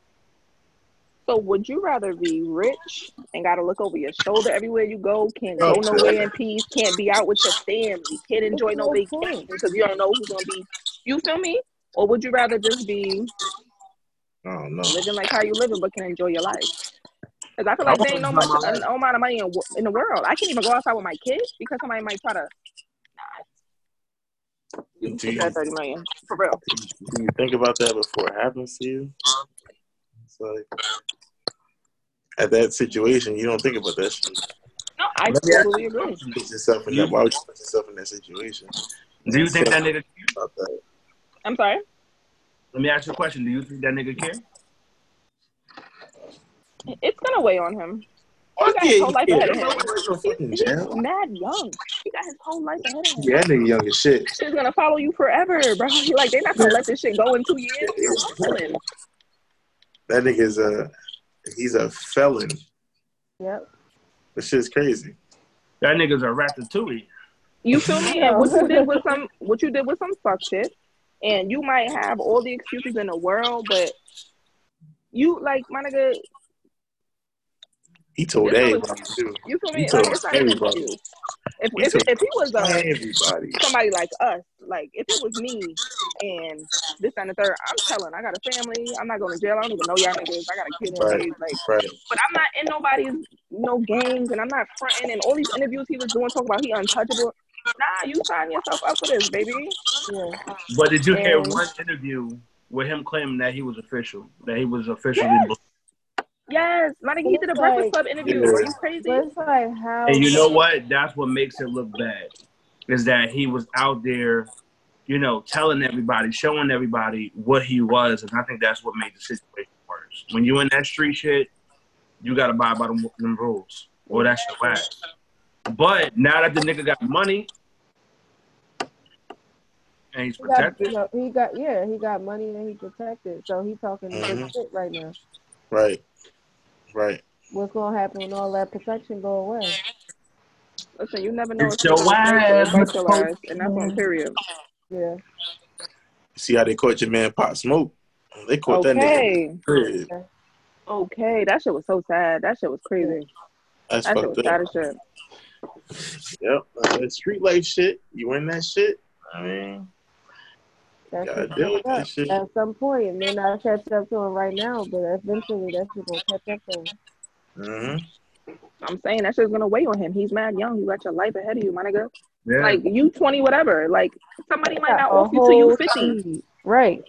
Speaker 4: So would you rather be rich and gotta look over your shoulder everywhere you go, can't
Speaker 2: Oh,
Speaker 4: go nowhere in peace, can't be out with your family, can't enjoy no
Speaker 1: That's cool.
Speaker 4: vacation because you don't know who's gonna be you feel me? Or would you rather just be
Speaker 2: I don't know.
Speaker 4: living like how you living but can enjoy your life? Because I feel
Speaker 3: I
Speaker 4: like
Speaker 3: wanna
Speaker 4: there ain't no
Speaker 3: enjoy
Speaker 4: much
Speaker 3: my life.
Speaker 4: no amount of money in, wo- in the world. I can't even go outside with my kids because somebody might try to you can
Speaker 2: Do
Speaker 4: take
Speaker 2: you,
Speaker 4: that thirty million for real.
Speaker 2: do you think about that before it happens to you? It's like at that situation, you don't think about that shit.
Speaker 4: No, I
Speaker 3: Let me ask
Speaker 4: totally agree.
Speaker 2: You put yourself in that. Why would you put yourself in that situation?
Speaker 3: Do you think that nigga
Speaker 2: About that.
Speaker 4: I'm sorry.
Speaker 3: Let me ask you a question. Do you think that nigga care?
Speaker 4: It's gonna weigh on him.
Speaker 2: Fuck
Speaker 4: got
Speaker 2: yeah,
Speaker 4: his
Speaker 2: you
Speaker 4: whole life
Speaker 2: care.
Speaker 4: ahead of
Speaker 2: Nobody
Speaker 4: him.
Speaker 2: wants no fucking
Speaker 4: He's
Speaker 2: jail.
Speaker 4: mad young. He got his whole life ahead of him.
Speaker 2: Yeah, that nigga young as shit.
Speaker 4: shit's gonna follow you forever, bro. (laughs) You Like they're not gonna let this shit go in two years. You're hustling.
Speaker 2: That nigga is a he's a felon.
Speaker 1: Yep.
Speaker 2: This shit's crazy.
Speaker 3: That nigga's a ratatouille.
Speaker 4: You feel me? And what you did with some, what you did with some fuck shit, and you might have all the excuses in the world, but you like my nigga.
Speaker 2: He told
Speaker 4: Yeah, that was-
Speaker 2: everybody too.
Speaker 4: You feel
Speaker 2: He
Speaker 4: me?
Speaker 2: told
Speaker 4: Like it's not even
Speaker 2: everybody.
Speaker 4: excuse. If
Speaker 2: He
Speaker 4: if,
Speaker 2: told
Speaker 4: if he was uh,
Speaker 2: Everybody.
Speaker 4: somebody like us, like if it was me and this and the third, I'm telling. I got a family. I'm not going to jail. I don't even know y'all niggas. I got a kid.
Speaker 2: Right.
Speaker 4: Like
Speaker 2: Right.
Speaker 4: But I'm not in nobody's no gangs, and I'm not fronting. And all these interviews he was doing, talking about he untouchable. Nah, you sign yourself up for this, baby.
Speaker 1: Yeah.
Speaker 3: But did you hear
Speaker 4: Yeah.
Speaker 3: one interview with him claiming that he was official, that he was officially,
Speaker 4: Yes. Yes, my nigga, he did a Breakfast Club interview.
Speaker 2: Yeah.
Speaker 4: Are you crazy?
Speaker 1: But it's like how.
Speaker 3: and you know what? That's what makes it look bad, is that he was out there, you know, telling everybody, showing everybody what he was, and I think that's what made the situation worse. When you in that street shit, you gotta abide by them, them rules. or that shit whack. But now that the nigga got money and he's
Speaker 1: He got,
Speaker 3: protected,
Speaker 1: you know, he got yeah, he got money and he protected. So he talking
Speaker 2: Mhm.
Speaker 3: Mm-hmm.
Speaker 1: good shit right now.
Speaker 2: Right. Right.
Speaker 1: What's gonna happen when all that protection go away?
Speaker 4: Listen, you never know.
Speaker 3: It's
Speaker 4: if
Speaker 3: your
Speaker 4: someone's racially
Speaker 3: wife.
Speaker 4: Racialized, and that's
Speaker 2: Mm-hmm.
Speaker 4: on period.
Speaker 1: Yeah.
Speaker 2: See how they caught your man Pop Smoke? They caught that nigga.
Speaker 4: Okay,
Speaker 2: in the crib.
Speaker 4: okay, that shit was so sad. That shit was crazy.
Speaker 2: That's
Speaker 4: That shit
Speaker 2: fucked
Speaker 4: was
Speaker 2: up.
Speaker 4: sad as shit.
Speaker 2: Yep. Uh, that street life shit. You in that shit? I mean,
Speaker 1: That's
Speaker 2: gotta
Speaker 1: just
Speaker 2: deal with
Speaker 1: fucked
Speaker 2: that
Speaker 1: up.
Speaker 2: shit.
Speaker 1: At some point, it may not catch up to him right now, but eventually that's shit gonna catch up to him.
Speaker 2: hmm
Speaker 4: I'm saying that shit's gonna weigh on him. He's mad young. You got your life ahead of you, my nigga.
Speaker 3: yeah,
Speaker 4: Like you 20, whatever. Like somebody might not
Speaker 1: Got a
Speaker 4: off you till you
Speaker 1: whole
Speaker 4: 50.
Speaker 1: seed. Right.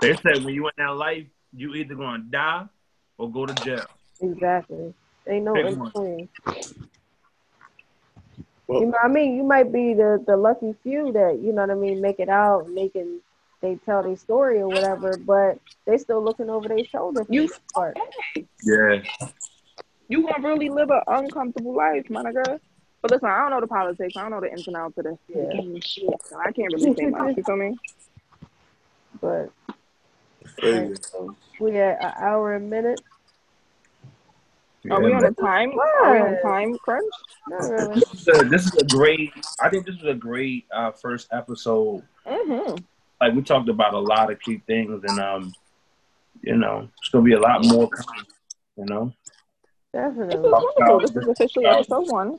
Speaker 3: they said when you in that life, you either gonna die or go to jail.
Speaker 1: Exactly. Ain't no
Speaker 3: Pick
Speaker 1: in
Speaker 3: one.
Speaker 1: between.
Speaker 2: Well-
Speaker 1: you know what I mean? You might be the, the lucky few that, you know what I mean, make it out and they can they tell their story or whatever, but they still looking over their shoulder for
Speaker 4: You-
Speaker 1: this part.
Speaker 3: Yeah,
Speaker 4: You gonna really live an uncomfortable life, my nigga. But listen, I don't know the politics. I don't know the ins and outs of this.
Speaker 1: Yeah.
Speaker 4: Shit, so I can't really say much. You feel me?
Speaker 1: But
Speaker 2: Crazy.
Speaker 1: we at an hour and a minute.
Speaker 4: Are we
Speaker 3: Yeah,
Speaker 4: on a time? Are we on
Speaker 1: Yes.
Speaker 4: time crunch?
Speaker 1: Not really.
Speaker 3: this is a, this is a great. I think this is a great uh, first episode.
Speaker 4: Mm-hmm.
Speaker 3: Like we talked about a lot of key things, and um, you know, it's gonna be a lot more coming. You know,
Speaker 4: This is
Speaker 1: Definitely.
Speaker 4: wonderful. This is officially episode one.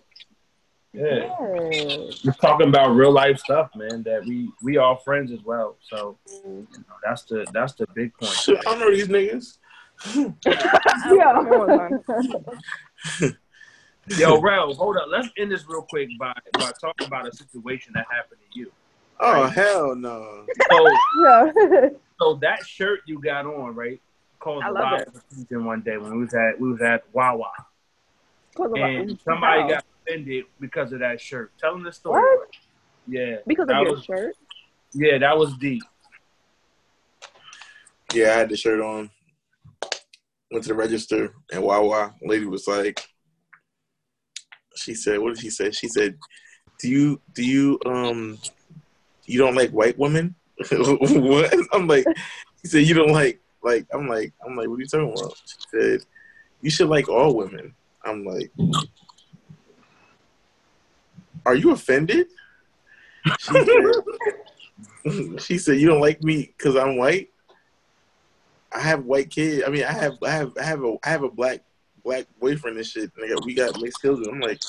Speaker 3: yeah,
Speaker 1: Yes.
Speaker 3: we're talking about real life stuff, man. That we we all friends as well. So you know, that's the that's the big point.
Speaker 2: Shit, (laughs) I don't know these niggas.
Speaker 4: Come on, son.
Speaker 3: Yo, Rel, hold up. Let's end this real quick by by talking about a situation that happened to you.
Speaker 2: Oh hell no.
Speaker 3: So
Speaker 1: Yeah. (laughs)
Speaker 3: so that shirt you got on, right? Caused
Speaker 4: I
Speaker 3: a
Speaker 4: love
Speaker 3: lot
Speaker 4: it.
Speaker 3: of confusion one day when we was at we was at Wawa.
Speaker 4: Because of-
Speaker 3: and somebody
Speaker 4: How?
Speaker 3: got offended because of that shirt. Tell them the story.
Speaker 1: what?
Speaker 3: Yeah,
Speaker 4: because of
Speaker 3: that
Speaker 4: your
Speaker 3: was-
Speaker 4: shirt.
Speaker 3: yeah, that was deep.
Speaker 2: Yeah, I had the shirt on. Went to the register and Wawa lady was like, she said, what did she say? She said, do you do you um you don't like white women? (laughs) what? I'm like, she said you don't like like I'm like I'm like what are you talking about? She said you should like all women. I'm like, are you offended? She said, (laughs) she said you don't like me because I'm white. I have white kids. I mean, I have I have I have a I have a black black boyfriend and shit. And I got, we got mixed children. I'm like,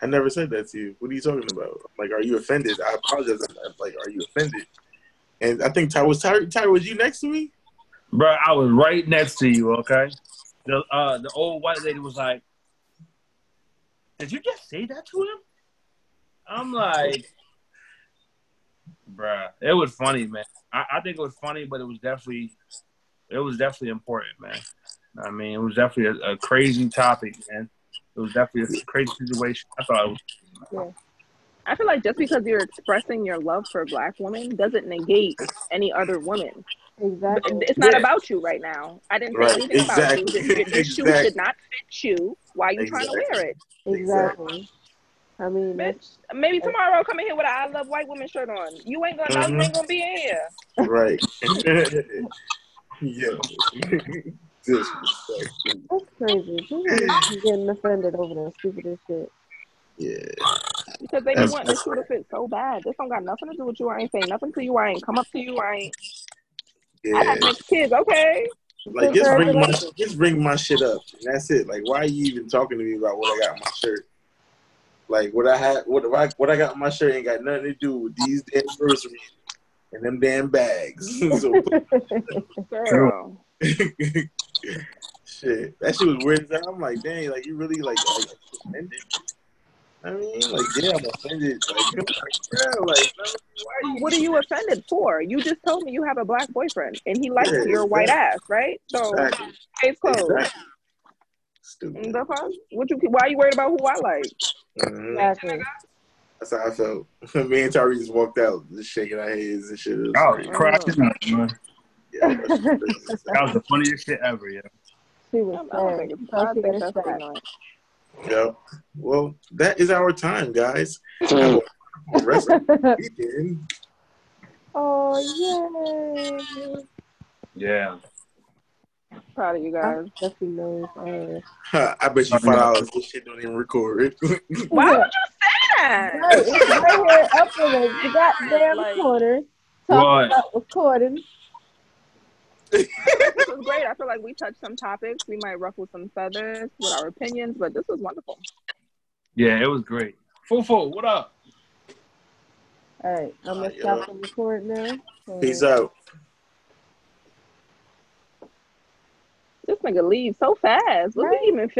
Speaker 2: I never said that to you. What are you talking about? I'm like, are you offended? I apologize. I'm like, are you offended? And I think Ty was Ty, Ty was you next to me?
Speaker 3: Bro, I was right next to you, okay? The uh the old white lady was like, Did you just say that to him? I'm like Bruh, it was funny, man. I, I think it was funny, but it was definitely it was definitely important, man. I mean, it was definitely a, a crazy topic, man. It was definitely a crazy situation. I thought it was
Speaker 4: I feel like just because you're expressing your love for black women doesn't negate any other woman.
Speaker 1: Exactly.
Speaker 4: It's not
Speaker 3: Yeah.
Speaker 4: about you. Right now, I didn't say
Speaker 2: Right,
Speaker 4: anything about
Speaker 2: exactly.
Speaker 4: you. Your, your shoe
Speaker 2: Exactly.
Speaker 4: should not fit you. Why are you trying to
Speaker 2: Exactly.
Speaker 4: wear it?
Speaker 1: Exactly. I mean,
Speaker 4: Bitch, maybe tomorrow I'll come in here with a I love white women shirt on. You ain't gonna know you
Speaker 2: Mhm.
Speaker 4: ain't gonna be in here.
Speaker 2: Right. (laughs) yeah. (laughs) Disrespect.
Speaker 1: that's crazy. People just be getting offended over the stupidest shit. (laughs)
Speaker 2: Yeah.
Speaker 4: Because they be
Speaker 2: That's-
Speaker 4: wanting the shoe to fit so bad. This don't got nothing to do with you. I ain't saying nothing to you. I ain't come up to you. I ain't I
Speaker 2: Yeah.
Speaker 4: got next kids, okay?
Speaker 2: Like just bring my just bring my shit up. And that's it. Like why are you even talking to me about what I got in my shirt? Like what I had what I what I got in my shirt ain't got nothing to do with these damn groceries and them damn bags. (laughs) so
Speaker 4: Girl.
Speaker 2: shit. That shit was weird. as hell. I'm like, dang, like you really like, like offended. I mean, like, yeah, I'm offended. Like, (laughs) like, bro, like, why you
Speaker 4: What are you offended for? You just told me you have a black boyfriend and he likes
Speaker 2: Yeah,
Speaker 4: your white
Speaker 2: yeah.
Speaker 4: ass, right? So
Speaker 2: exactly,
Speaker 4: case closed.
Speaker 2: exactly. stupid?
Speaker 4: Mm, The fuck? What you why you worried about who I like?
Speaker 2: Mhm.
Speaker 1: Exactly.
Speaker 2: That's how I felt. (laughs) Me and Tyree just walked out, just shaking our heads and shit. It was
Speaker 3: I was
Speaker 2: crazy.
Speaker 3: cracking up, man.
Speaker 2: Yeah, that shit was crazy. (laughs)
Speaker 3: That was the funniest shit ever, yeah.
Speaker 1: She
Speaker 4: I
Speaker 1: was
Speaker 4: don't
Speaker 1: sad.
Speaker 4: think it's
Speaker 1: Thought
Speaker 4: I
Speaker 1: she
Speaker 4: think
Speaker 1: was (laughs)
Speaker 4: that's
Speaker 1: sad.
Speaker 4: ignorant.
Speaker 2: Yeah. Well, that is our time, guys. Have a wonderful rest of the weekend. (laughs)
Speaker 1: Oh yeah.
Speaker 3: Yeah.
Speaker 4: Proud of you guys.
Speaker 1: I'm Jeffy knows. Uh,
Speaker 2: I bet you five dollars this shit don't even record. (laughs)
Speaker 4: (laughs) Why would you say that?
Speaker 1: right, it's right here up in the goddamn
Speaker 4: (laughs) Like-
Speaker 1: corner.
Speaker 3: What?
Speaker 1: Talking about recording.
Speaker 4: (laughs) This was great. I feel like we touched some topics. We might ruffle some feathers with our opinions, but this was wonderful.
Speaker 3: Yeah, it was great. Fufu, what up?
Speaker 1: All right, I'm gonna
Speaker 2: Uh, yeah.
Speaker 1: stop the record now. Uh,
Speaker 2: Peace out.
Speaker 4: This nigga leaves so fast. Was
Speaker 1: Right.
Speaker 4: he even